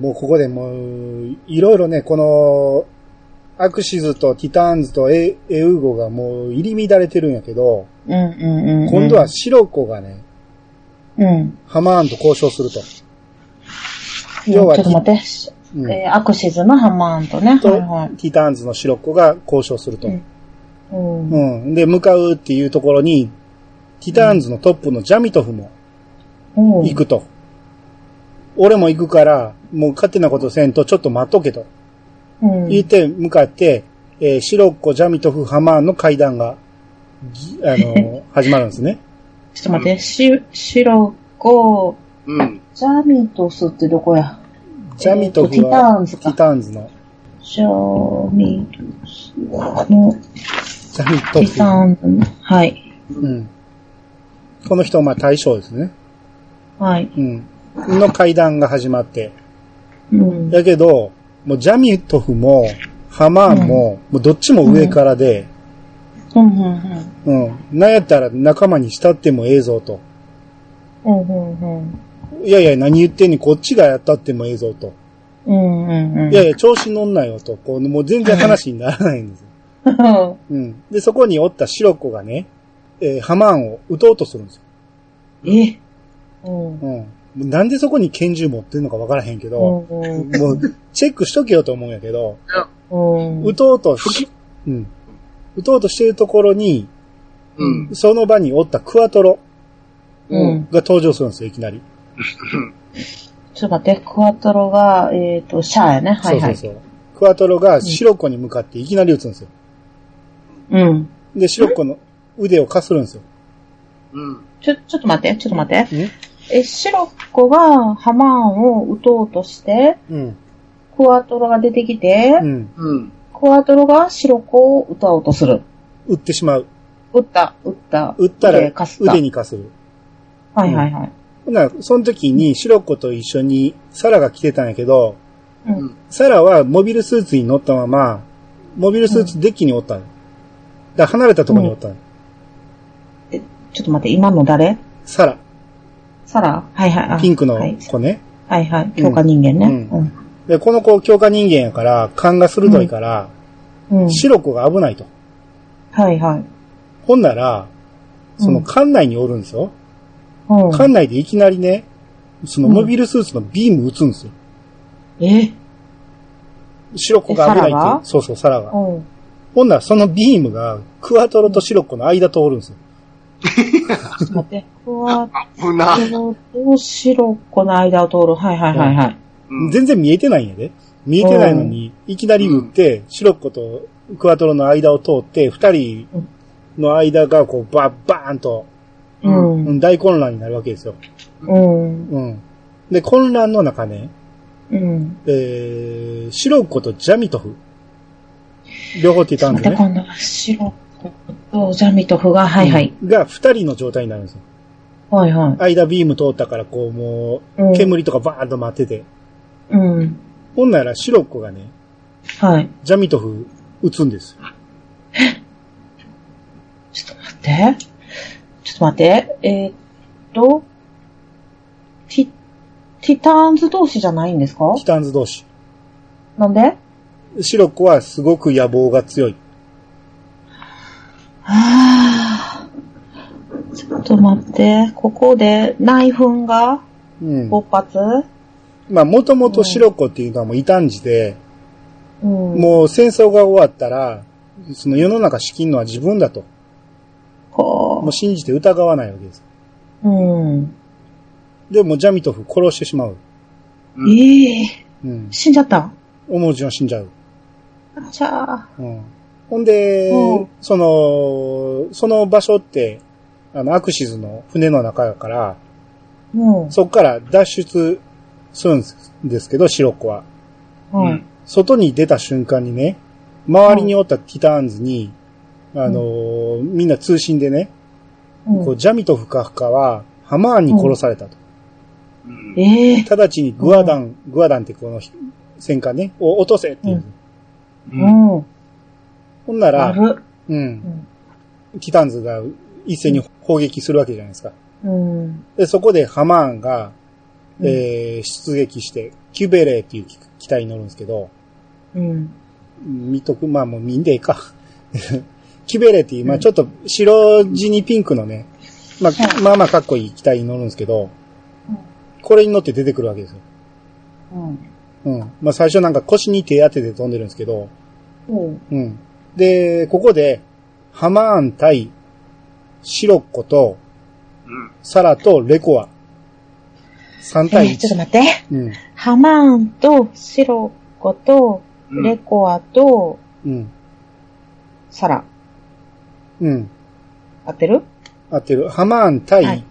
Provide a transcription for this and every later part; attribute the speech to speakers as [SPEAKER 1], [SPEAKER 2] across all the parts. [SPEAKER 1] もうここでもう、いろいろね、この、アクシズとティターンズとエエウゴがもう入り乱れてるんやけど、
[SPEAKER 2] うんうんうんうん。
[SPEAKER 1] 今度はシロコがね、
[SPEAKER 2] うん。
[SPEAKER 1] ハマーンと交渉すると。
[SPEAKER 2] ち
[SPEAKER 1] 要
[SPEAKER 2] ょ
[SPEAKER 1] は
[SPEAKER 2] っと待って。
[SPEAKER 1] うん
[SPEAKER 2] えーアクシズのハマーンとね。
[SPEAKER 1] と、
[SPEAKER 2] はいはい。
[SPEAKER 1] ティターンズのシロコが交渉すると。
[SPEAKER 2] うんうん。
[SPEAKER 1] う
[SPEAKER 2] うん
[SPEAKER 1] ん。で、向かうっていうところに、ティターンズのトップのジャミトフも行くと。俺も行くから、もう勝手なことせんと、ちょっと待っとけと。
[SPEAKER 2] うん。
[SPEAKER 1] 言って、向かって、えーシロッコ、ジャミトフ、ハマーンの会談が、ぎあのー、始まるんですね。
[SPEAKER 2] ちょっと待って、し、白子、
[SPEAKER 3] うん。
[SPEAKER 2] ジャミトスってどこや
[SPEAKER 1] ジャミトフは、
[SPEAKER 2] えーとティターンズか
[SPEAKER 1] ティターンズの、
[SPEAKER 2] ジャミトスの
[SPEAKER 1] ジャミト
[SPEAKER 2] テ
[SPEAKER 1] フ。
[SPEAKER 2] ィターン、はい。
[SPEAKER 1] うん。この人、まあ、大将ですね。
[SPEAKER 2] はい。
[SPEAKER 1] うん。の会談が始まって。
[SPEAKER 2] うん。
[SPEAKER 1] だけど、もうジャミトフも、ハマーンも、もうどっちも上からで、
[SPEAKER 2] うんうん
[SPEAKER 1] うん。なんやったら仲間に慕ってもええぞと。
[SPEAKER 2] うん。うんうんうん。
[SPEAKER 1] いやいや、何言ってんねん、こっちがやったってもええぞと。
[SPEAKER 2] うんうんうん。
[SPEAKER 1] いやいや、調子乗んなよと。こう、もう全然話にならないんですよ。うん。で、そこにおったシロコがね、えーハマーンを撃とうとするんですよ。
[SPEAKER 2] えうん。
[SPEAKER 1] うん。なんでそこに拳銃持ってんのかわからへんけ
[SPEAKER 2] う
[SPEAKER 1] ど、
[SPEAKER 2] んうん
[SPEAKER 1] もう、チェックしとけよと思うんやけど、
[SPEAKER 2] うん。
[SPEAKER 1] 撃とうとし、うん。撃とうとしてるところに、
[SPEAKER 3] うん。
[SPEAKER 1] その場におったクワトロ
[SPEAKER 2] うん。
[SPEAKER 1] が登場するんですよ、いきなり。
[SPEAKER 2] ちょっと待って、クワトロが、えっ、と、シャアやね。はいはい。
[SPEAKER 1] そうそうそう。クワトロがシロコに向かっていきなり撃つんですよ。
[SPEAKER 2] うん。
[SPEAKER 1] で、シロコの腕をかするんですよ。
[SPEAKER 3] うん。
[SPEAKER 2] ちょ、ちょっと待って、ちょっと待って。
[SPEAKER 1] ね
[SPEAKER 2] え、シロッコがハマーンを撃とうとして、
[SPEAKER 1] うん。
[SPEAKER 2] クワトロが出てきて、
[SPEAKER 1] うん。
[SPEAKER 3] うん。
[SPEAKER 2] クワトロがシロッコを撃とうとする。
[SPEAKER 1] 撃ってしまう。
[SPEAKER 2] 撃った、撃った。
[SPEAKER 1] 撃ったら
[SPEAKER 2] 腕かすった。
[SPEAKER 1] 腕にかする。
[SPEAKER 2] はいはいはい。
[SPEAKER 1] ほな、その時にシロコと一緒にサラが来てたんやけど、
[SPEAKER 2] うん。
[SPEAKER 3] うん
[SPEAKER 1] サラはモビルスーツに乗ったまま、モビルスーツデッキにおったの。だから離れたところにおったの。
[SPEAKER 2] ちょっと待って、今の誰
[SPEAKER 1] サラ、
[SPEAKER 2] サラはいはいあ。
[SPEAKER 1] ピンクの
[SPEAKER 2] はい
[SPEAKER 1] 子ね。
[SPEAKER 2] はいはい。強化人間ね。
[SPEAKER 1] う
[SPEAKER 2] うんん。
[SPEAKER 1] で、この子強化人間やから、勘が鋭いから、
[SPEAKER 2] うん。
[SPEAKER 1] シロコが危ないと。
[SPEAKER 2] はいはい。
[SPEAKER 1] ほんなら、その館内におるんですよ。
[SPEAKER 2] うん。
[SPEAKER 1] 館内でいきなりね、そのモビルスーツのビーム撃つんですよ。
[SPEAKER 2] え
[SPEAKER 1] シロコが危ないっ
[SPEAKER 2] えサラ
[SPEAKER 1] て
[SPEAKER 2] が。
[SPEAKER 1] そうそう、サラが。
[SPEAKER 2] うん。
[SPEAKER 1] ほんならそのビームが、クワトロとシロコの間通るんですよ。
[SPEAKER 2] ちょっと待って。クワ
[SPEAKER 3] 危な。
[SPEAKER 2] トロとシロッコの間を通る。はいはいはいはい。
[SPEAKER 3] うん
[SPEAKER 1] 全然見えてないんやで。見えてないのに、いきなり撃って、シロッコとクワトロの間を通って、二人の間がこう、バッバーンと、
[SPEAKER 2] う。
[SPEAKER 1] うんん大混乱になるわけですよ。
[SPEAKER 2] うん。
[SPEAKER 1] うん。で、混乱の中ね、
[SPEAKER 2] うん。
[SPEAKER 1] えー、シロッコとジャミトフ。両方って言ったん
[SPEAKER 2] ま
[SPEAKER 1] です
[SPEAKER 2] た
[SPEAKER 1] ね。
[SPEAKER 2] 今度はシロッコとジャミトフが、はいはい。
[SPEAKER 1] が二人の状態になるんですよ。
[SPEAKER 2] はいは
[SPEAKER 1] 間ビーム通ったから、こうも
[SPEAKER 2] い。うん
[SPEAKER 1] う、。煙とかバーンと待ってて。
[SPEAKER 2] うん。
[SPEAKER 1] ほんならシロッコがね、
[SPEAKER 2] はい。
[SPEAKER 1] ジャミトフ撃つんですよ。
[SPEAKER 2] ちょっと待って。ちょっと待って。えーっと、ティ、ティターンズ同士じゃないんですか
[SPEAKER 1] ティターンズ同士。
[SPEAKER 2] なんで
[SPEAKER 1] シロッコはすごく野望が強い。
[SPEAKER 2] あーちょっと待って。ここで内紛が
[SPEAKER 1] うん。
[SPEAKER 2] 勃発
[SPEAKER 1] まあ、もともとシロコっていうのはもう異端児で、
[SPEAKER 2] うん。
[SPEAKER 1] もう戦争が終わったら、その世の中仕切るのは自分だと。も
[SPEAKER 2] こ
[SPEAKER 1] う信じて疑わないわけです。
[SPEAKER 2] う。うん。
[SPEAKER 1] で、もうジャミトフ殺してしまう。
[SPEAKER 3] うん
[SPEAKER 2] ええ
[SPEAKER 1] うん
[SPEAKER 2] ー、。死んじゃった。
[SPEAKER 1] おもじは死んじゃう。
[SPEAKER 2] あじゃあ。
[SPEAKER 1] うん。ほんで
[SPEAKER 2] うん、
[SPEAKER 1] その、その場所って、あの、アクシズの船の中だから、
[SPEAKER 2] うん。
[SPEAKER 1] そっから脱出するんですけど、シロコは。
[SPEAKER 2] は
[SPEAKER 3] う
[SPEAKER 2] い
[SPEAKER 3] ん。
[SPEAKER 1] 外に出た瞬間にね、周りにおったティターンズに、あのーみんな通信でね、
[SPEAKER 2] うん
[SPEAKER 1] こうジャミトフカフカはハマーンに殺されたと。
[SPEAKER 3] うん
[SPEAKER 2] ええー。
[SPEAKER 1] 直ちにグアダン、グアダンってこの戦艦ね、を落とせって言うんですよ
[SPEAKER 3] う。
[SPEAKER 2] うんん。
[SPEAKER 1] ほんな
[SPEAKER 2] あ
[SPEAKER 1] ら、
[SPEAKER 2] る。
[SPEAKER 1] う、
[SPEAKER 2] うんん
[SPEAKER 1] ティターンズが一斉に砲撃するわけじゃないですか。
[SPEAKER 2] うん。
[SPEAKER 1] で、そこでハマーンが、
[SPEAKER 2] うん
[SPEAKER 1] えー出撃して、キュベレーっていう機機体に乗るんですけど、
[SPEAKER 2] うん。
[SPEAKER 1] 見とく、まあもう見んでええか。 キュベレーっていう、まあちょっと白地にピンクのね、ま
[SPEAKER 2] は
[SPEAKER 1] あ、まあまあかっこいい機体に乗るんですけど、これに乗って出てくるわけですよ。
[SPEAKER 2] うん。
[SPEAKER 1] うん。まあ最初なんか腰に手当てて飛んでるんですけど、
[SPEAKER 2] うん。
[SPEAKER 1] うん。で、ここで、ハマーン対シロッコと
[SPEAKER 3] うん。
[SPEAKER 1] サラとレコア。3
[SPEAKER 2] え
[SPEAKER 1] 対
[SPEAKER 2] ーちょっと
[SPEAKER 1] 1。
[SPEAKER 2] 待って。
[SPEAKER 1] うん。
[SPEAKER 2] ハマーンとシロコと
[SPEAKER 3] うん
[SPEAKER 2] レコアと
[SPEAKER 1] うん。
[SPEAKER 2] サラ。
[SPEAKER 1] うん。
[SPEAKER 2] 合ってる
[SPEAKER 1] 合ってる。ハマーン
[SPEAKER 2] は
[SPEAKER 1] 対
[SPEAKER 2] い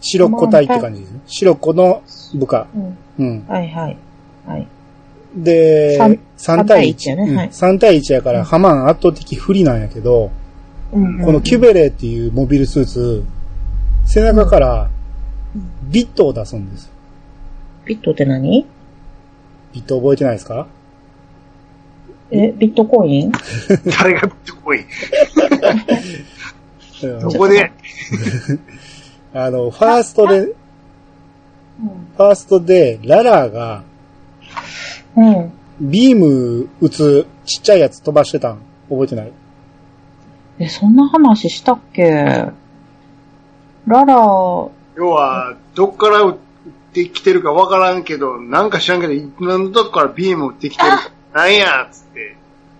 [SPEAKER 1] シロッコ対って感じですね。シロッコの部下。
[SPEAKER 2] うん。
[SPEAKER 1] うん。
[SPEAKER 2] はいはい。はい。
[SPEAKER 1] で
[SPEAKER 2] 三、
[SPEAKER 1] 3対
[SPEAKER 2] 三対一や
[SPEAKER 1] 1。
[SPEAKER 2] ね
[SPEAKER 1] うん
[SPEAKER 2] はい
[SPEAKER 1] 3対1やか
[SPEAKER 2] うん
[SPEAKER 1] ら、ハマーン圧倒的不利なんやけど、
[SPEAKER 2] うんうん
[SPEAKER 1] このキュベレーっていうモビルスーツ、背中から
[SPEAKER 2] うん
[SPEAKER 1] ビットを出すんですよ。
[SPEAKER 2] ビットって何
[SPEAKER 1] ビット覚えてないですか
[SPEAKER 2] え、ビットコイン
[SPEAKER 3] 誰がビットコイン
[SPEAKER 1] うん
[SPEAKER 3] そこで、
[SPEAKER 1] あの、ファーストで、フ
[SPEAKER 2] うん。
[SPEAKER 1] ァーストで、ララが、
[SPEAKER 2] うん。
[SPEAKER 1] ビーム打つちっちゃいやつ飛ばしてたん。覚えてない
[SPEAKER 2] え、そんな話したっけララ、
[SPEAKER 3] 要は、どっから打ってきてるかわからんけど、なんか知らんけど、何どっからビーム打ってき てるか、なんやっつって。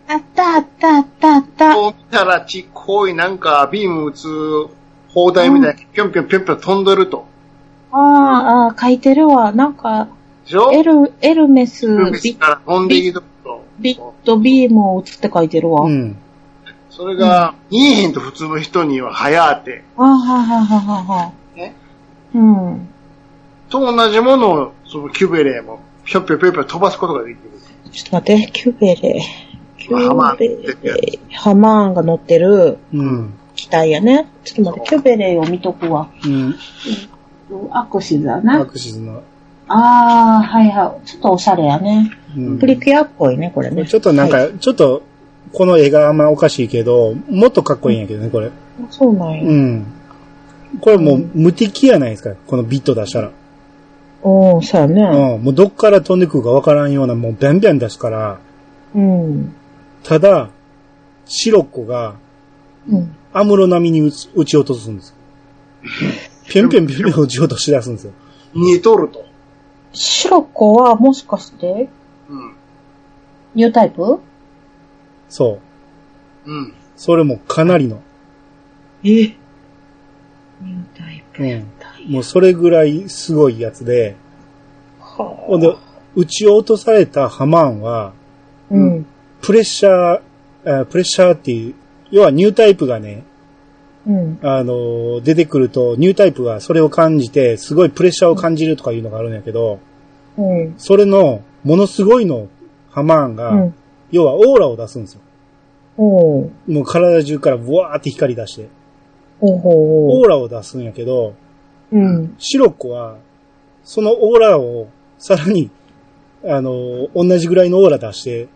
[SPEAKER 2] あったあったあったあった。
[SPEAKER 3] こう見たら、ちっこいなんかビーム打つ砲台みたいな、ぴょんぴょんぴょんぴょん飛んでると。
[SPEAKER 2] あーあー、書いてるわ。なんか、
[SPEAKER 3] でしょ
[SPEAKER 2] エル、エルメス、
[SPEAKER 3] ルビス
[SPEAKER 2] ビ
[SPEAKER 3] から飛んできとると。
[SPEAKER 2] ビットビームを打つって書いてるわ。
[SPEAKER 1] う
[SPEAKER 2] あ
[SPEAKER 1] ん。
[SPEAKER 3] それが、見えへんと普通の人には早あて。
[SPEAKER 2] あー、はいはいはいはいはい。
[SPEAKER 3] え
[SPEAKER 2] うん。
[SPEAKER 3] と同じものを、そのキュベレーも、ぴょんぴょんぴょんぴょん飛ばすことができる。
[SPEAKER 2] ちょっと待って、キュベレ。キ
[SPEAKER 3] ハ
[SPEAKER 2] ュ
[SPEAKER 3] マーン
[SPEAKER 2] ベレ。ハマーンが乗ってる
[SPEAKER 1] うん。
[SPEAKER 2] 機体やね。ちょっと待って、キュベレを見とくわ。
[SPEAKER 1] うん。
[SPEAKER 2] アクシズだ
[SPEAKER 1] ア
[SPEAKER 2] な。
[SPEAKER 1] クシズの。
[SPEAKER 2] ああ、はいはい。ちょっとおしゃれやね。
[SPEAKER 1] うん
[SPEAKER 2] プリキュアっぽいね、これ
[SPEAKER 1] これ
[SPEAKER 2] ね。
[SPEAKER 1] ちょっとなん
[SPEAKER 2] はい
[SPEAKER 1] か、ちょっと、この絵があんまおかしいけど、もっとかっこいいんやけどね、これ。
[SPEAKER 2] そうなん
[SPEAKER 1] う
[SPEAKER 2] や。
[SPEAKER 1] ん。これもう無敵やないですか、このビット出したら。
[SPEAKER 2] おー、そうやね。
[SPEAKER 1] うん。もうどっから飛んでくるかわからんような、もうビャンビャン出すから、
[SPEAKER 2] うん。
[SPEAKER 1] ただ、シロッコが
[SPEAKER 2] うん。
[SPEAKER 1] アムロ並みに撃つ撃ち落とすんですよ。ぴょんぴょんぴょんぴょん撃ち落とし出すんですよ。
[SPEAKER 3] 見えとると。
[SPEAKER 2] シロコはもしかして、
[SPEAKER 3] うん。
[SPEAKER 2] ニュータイプ
[SPEAKER 1] そう。
[SPEAKER 3] うん。
[SPEAKER 1] それもかなりの。
[SPEAKER 2] えニュータイプ。
[SPEAKER 1] うん。もうそれぐらいすごいやつで、
[SPEAKER 2] は
[SPEAKER 1] ほんで、撃ち落とされたハマーンは、
[SPEAKER 2] うん。
[SPEAKER 1] プレッシャー、あプレッシャーっていう、要はニュータイプがね、
[SPEAKER 2] うん。
[SPEAKER 1] あのー出てくると、ニュータイプがそれを感じて、すごいプレッシャーを感じるとかいうのがあるんやけど、
[SPEAKER 2] うん。
[SPEAKER 1] それの、ものすごいの、ハマーンが、
[SPEAKER 2] うん。
[SPEAKER 1] 要はオーラを出すんですよ。
[SPEAKER 2] おー。
[SPEAKER 1] もう体中からブワーって光り出して、
[SPEAKER 2] おーほー
[SPEAKER 1] オ
[SPEAKER 2] ほー。
[SPEAKER 1] ーラを出すんやけど、
[SPEAKER 2] うん。
[SPEAKER 1] シロッコは、そのオーラを、さらに、あの、同じぐらいのオーラ出して、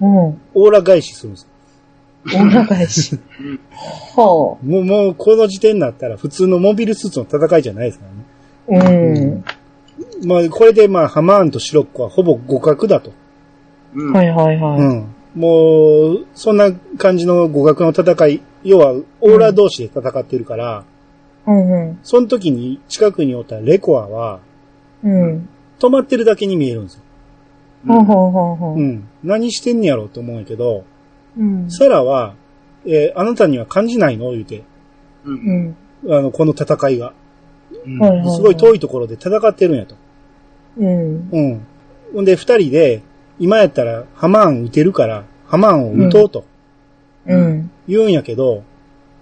[SPEAKER 2] うん。
[SPEAKER 1] オーラ返しするんですよ。
[SPEAKER 2] お腹やし。 ほ
[SPEAKER 1] もう、もう、この時点になったら、普通のモビルスーツの戦いじゃないですからね。
[SPEAKER 2] う。うん。
[SPEAKER 1] まあ、これで、まあ、ハマーンとシロッコはほぼ互角だと。
[SPEAKER 3] うん。
[SPEAKER 2] はいはいは
[SPEAKER 1] う
[SPEAKER 2] い。
[SPEAKER 1] ん。もう、そんな感じの互角の戦い、要は、オーラ同士で戦ってるから、
[SPEAKER 2] うんうん。
[SPEAKER 1] その時に近くにおったレコアは、
[SPEAKER 2] うん。
[SPEAKER 1] 止まってるだけに見えるんですよ。
[SPEAKER 2] ほうほうほう
[SPEAKER 1] う
[SPEAKER 2] ほう。
[SPEAKER 1] ん。何してんねやろうと思うんやけど、
[SPEAKER 2] うん。
[SPEAKER 1] サラは、えーあなたには感じないの言うて、
[SPEAKER 3] う。
[SPEAKER 2] うんん。
[SPEAKER 1] あの、この戦いが。
[SPEAKER 3] うん
[SPEAKER 2] はいはい。
[SPEAKER 1] すごい遠
[SPEAKER 2] い。
[SPEAKER 1] いところで戦ってるんやと。
[SPEAKER 2] うん。
[SPEAKER 1] うん。ほんで、二人で、今やったら、ハマーン撃てるから、ハマーンを撃とうと
[SPEAKER 2] うん。
[SPEAKER 1] 言うんやけど、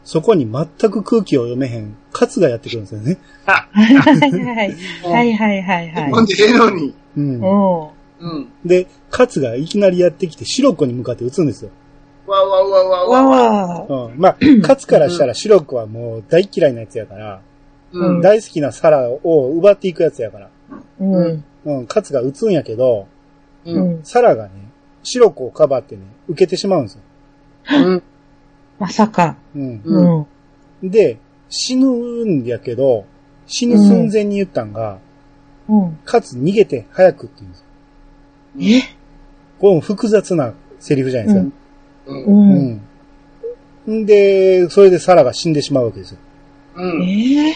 [SPEAKER 1] そこに全く空気を読めへん、カツがやってくるんですよね。
[SPEAKER 2] はいはいはいはいはいはい。
[SPEAKER 3] ほんでええのに。
[SPEAKER 1] うん。
[SPEAKER 2] うん。
[SPEAKER 3] うん。
[SPEAKER 1] で、カツがいきなりやってきて、シロッコに向かって撃つんですよ。
[SPEAKER 3] わわわわ
[SPEAKER 2] わ
[SPEAKER 3] わわ。
[SPEAKER 2] わ
[SPEAKER 1] うん。 まあ、カツからしたらシロッコはもう大嫌いなやつやから、
[SPEAKER 3] うん。
[SPEAKER 1] 大好きなサラを奪っていくやつやから、
[SPEAKER 2] うん。
[SPEAKER 1] うん、カツが撃つんやけど、
[SPEAKER 3] う。
[SPEAKER 2] うんん。
[SPEAKER 1] サラがね、白子をかばってね、受けてしまうんですよ。
[SPEAKER 3] うん。
[SPEAKER 2] まさか。
[SPEAKER 1] うん。
[SPEAKER 2] う。
[SPEAKER 3] うん
[SPEAKER 1] で、死ぬんやけど、死ぬ寸前に言ったんが、
[SPEAKER 2] ううん。
[SPEAKER 1] かつ逃げて早くって言うんですよ。
[SPEAKER 2] え
[SPEAKER 1] これも複雑なセリフじゃないですか。
[SPEAKER 2] う
[SPEAKER 3] う。
[SPEAKER 2] んん。
[SPEAKER 1] うん。んで、それでサラが死んでしまうわけですよ。
[SPEAKER 3] うん。
[SPEAKER 2] ええ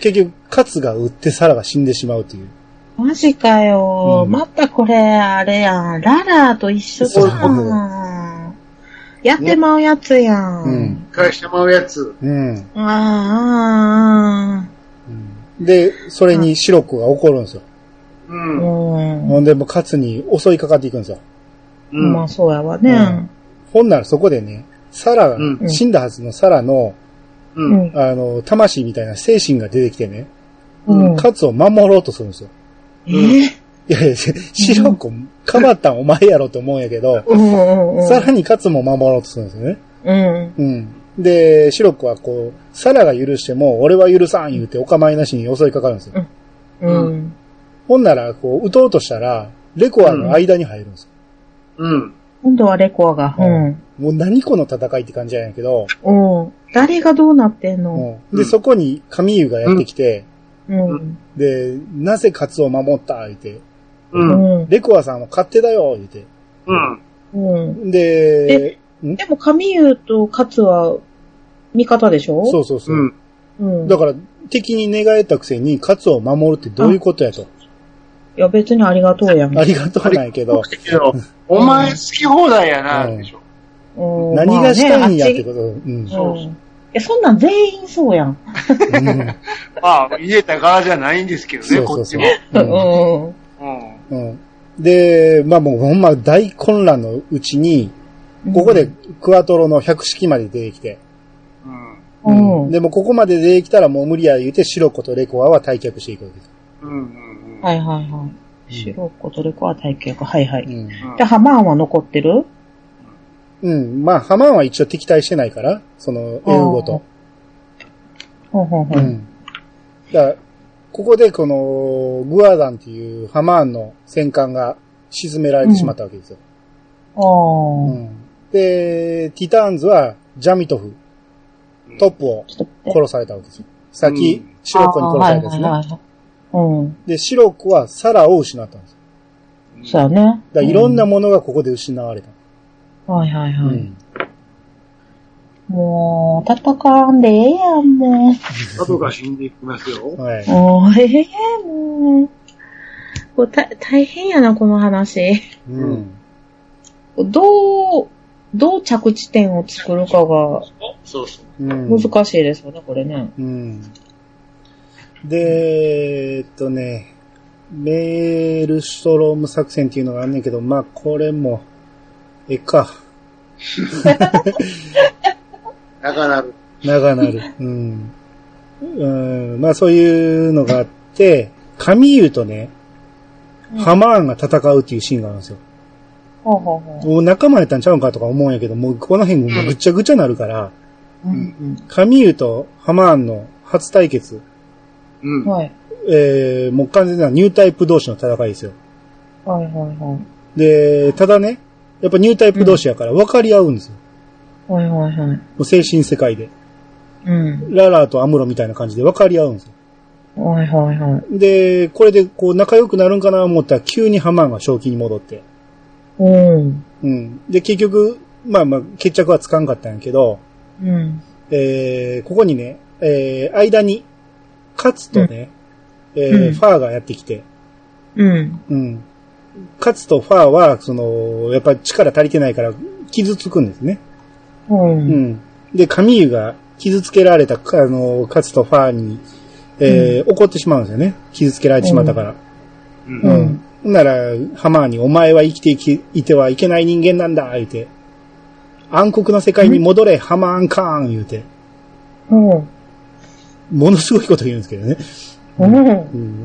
[SPEAKER 1] 結局、カツが売ってサラが死んでしまうという。
[SPEAKER 2] マジかよ、
[SPEAKER 1] うん
[SPEAKER 2] またこれ、あれやん。ララと一緒じゃ。
[SPEAKER 1] そうん
[SPEAKER 2] やってまうやつやん。
[SPEAKER 1] うん
[SPEAKER 3] 返してまうやつ。
[SPEAKER 1] うん。
[SPEAKER 2] あ
[SPEAKER 1] で、それにシロッコが怒るんですよ。
[SPEAKER 3] う
[SPEAKER 2] あ、
[SPEAKER 3] ん。
[SPEAKER 2] うん。
[SPEAKER 1] ほんで、もうカツに襲いかかっていくんですよ。
[SPEAKER 3] うん。
[SPEAKER 2] まあ、そうやわね。
[SPEAKER 1] ほんならそこでね、サラ、
[SPEAKER 3] うん
[SPEAKER 1] 死んだはずのサラの、
[SPEAKER 3] う。
[SPEAKER 2] うんん。
[SPEAKER 1] あの、魂みたいな精神が出てきてね、
[SPEAKER 2] うん。
[SPEAKER 1] カツを守ろうとするんですよ。
[SPEAKER 2] ええ
[SPEAKER 1] いやいや、シロッコ、かまったんお前やろと思うんやけど、
[SPEAKER 2] うんうんうん。
[SPEAKER 1] さらにカツも守ろうとするんですよね。
[SPEAKER 2] うん。
[SPEAKER 1] うん。で、シロッコはこう、サラが許しても、俺は許さん言うてお構いなしに襲いかかるんですよ。
[SPEAKER 2] うん。
[SPEAKER 1] ほんなら、こう、撃とうとしたら、レコアの間に入るんですよ。
[SPEAKER 3] うん。
[SPEAKER 2] 今度はレコアが。う
[SPEAKER 1] うん
[SPEAKER 2] ん。
[SPEAKER 1] もう何この戦いって感じなんやけど、
[SPEAKER 2] うん。誰がどうなってんの
[SPEAKER 1] うんで、そこに神優がやってきて、
[SPEAKER 2] うん。
[SPEAKER 1] で、なぜカツを守った言うて、
[SPEAKER 3] う。
[SPEAKER 2] うんん。
[SPEAKER 1] レコアさんは勝手だよ言うて。
[SPEAKER 3] うん。
[SPEAKER 2] うん。
[SPEAKER 1] で、ん
[SPEAKER 2] でも、神優と勝は、味方でしょ
[SPEAKER 1] そうそうそうう。
[SPEAKER 3] ん。
[SPEAKER 2] うん。
[SPEAKER 1] だから、敵に寝返ったくせに、カツを守るってどういうことやと。
[SPEAKER 2] いや、別にありがとうやん。
[SPEAKER 1] ありがとうなんやけど、
[SPEAKER 3] けど、お前好き放題やな、でしょ。
[SPEAKER 2] うん
[SPEAKER 1] 何がしたいんやって
[SPEAKER 2] ま
[SPEAKER 1] こと。うん。
[SPEAKER 2] あねあっちうん。いや、そんなん全員そうやん。
[SPEAKER 1] うん
[SPEAKER 3] まあ、言えた側じゃないんですけどね、こっちも。
[SPEAKER 1] うん
[SPEAKER 2] うん。
[SPEAKER 3] うん。
[SPEAKER 1] うんで、まあもうほんま大混乱のうちに、ここでクワトロの百式まで出てきて、
[SPEAKER 3] う
[SPEAKER 2] う
[SPEAKER 3] ん。
[SPEAKER 2] ん。うん。
[SPEAKER 1] でもここまで出てきたらもう無理や言うて、シロコとレコアは退却していくわけです。
[SPEAKER 3] うん。
[SPEAKER 2] はいはいはい。白子とレコは体型が。はいは
[SPEAKER 1] う
[SPEAKER 2] い。
[SPEAKER 1] ん。
[SPEAKER 2] で、ハマーンは残ってる
[SPEAKER 1] うん。まあ、ハマンは一応敵対してないから、その、エウゴと。
[SPEAKER 2] ほんほんほ。
[SPEAKER 1] うんん。だから、ここでこの、グアダンっていうハマーンの戦艦が沈められてしまったわけですよ。う
[SPEAKER 2] ああ。
[SPEAKER 1] ん。で、ティターンズはジャミトフ、トップを
[SPEAKER 2] ちょっと待って。
[SPEAKER 1] 殺されたわけですよ。さっき
[SPEAKER 3] うん、
[SPEAKER 1] シロコに殺されたんですね
[SPEAKER 2] あ。ーはいはいはいはいうん。
[SPEAKER 1] で、シロコはサラを失ったんですよ。
[SPEAKER 2] そうやね。
[SPEAKER 1] だからいろんなものがここで失われた。
[SPEAKER 2] うん。はいはいうはい。。もう、戦わんでええやん、もう。
[SPEAKER 3] 佐藤が死んでいきますよ。
[SPEAKER 1] はい。
[SPEAKER 2] おー、ええもう。これた大変やな、この話。
[SPEAKER 1] うん。
[SPEAKER 2] どう、どう着地点を作るかが
[SPEAKER 3] そうそう。
[SPEAKER 1] うん
[SPEAKER 2] 難しいですよね、これね。
[SPEAKER 1] うん。で、えっとね、メールストローム作戦っていうのがあんねんけど、まあこれも、ええか、
[SPEAKER 3] だから、う
[SPEAKER 1] 長なる。うん。うん、まあそういうのがあって、神優とね、ハマーンが戦うっていうシーンがあるんですよ。
[SPEAKER 2] ほうほうほ
[SPEAKER 1] もう仲間やったんちゃうんかとか思うんやけど、もうこの辺もうぐっちゃぐちゃなるから、
[SPEAKER 2] う。うん
[SPEAKER 1] 神優とハマーンの初対決、
[SPEAKER 2] うんん。。はい。
[SPEAKER 1] えー、もう完全なニュータイプ同士の戦いですよ。
[SPEAKER 2] はいはいはい。
[SPEAKER 1] で、ただね、やっぱニュータイプ同士やから分かり合うんですよ。
[SPEAKER 2] はいはいはい。
[SPEAKER 1] もう精神世界で。
[SPEAKER 2] うん。
[SPEAKER 1] ララとアムロみたいな感じで分かり合うんですよ。
[SPEAKER 2] はいはいはい。
[SPEAKER 1] で、これでこう仲良くなるんかな思ったら急にハマーンが正気に戻って。
[SPEAKER 2] うん。
[SPEAKER 1] うん。で、結局、まあまあ決着はつかんかったんやけど、
[SPEAKER 2] うん。
[SPEAKER 1] えー、ここにね、えー、間に、カツとね、えー
[SPEAKER 2] うん
[SPEAKER 1] ファーがやってきて、
[SPEAKER 2] うん。
[SPEAKER 1] うん。カツとファーは、その、やっぱ力足りてないから傷つくんですね。
[SPEAKER 2] うん。
[SPEAKER 1] う
[SPEAKER 2] うん。
[SPEAKER 1] ん。で、カミーユが傷つけられた、かあの、カツとファーに、えー怒ってしまうんですよね。傷つけられてしまったから。
[SPEAKER 3] うん
[SPEAKER 2] うん
[SPEAKER 1] うんなら、ハマーに、お前は生きていきいてはいけない人間なんだ、言うて。暗黒の世界に戻れ、ハマーンカーン、言うて。
[SPEAKER 2] うん。
[SPEAKER 1] ものすごいこと言うんですけどね。
[SPEAKER 2] うん。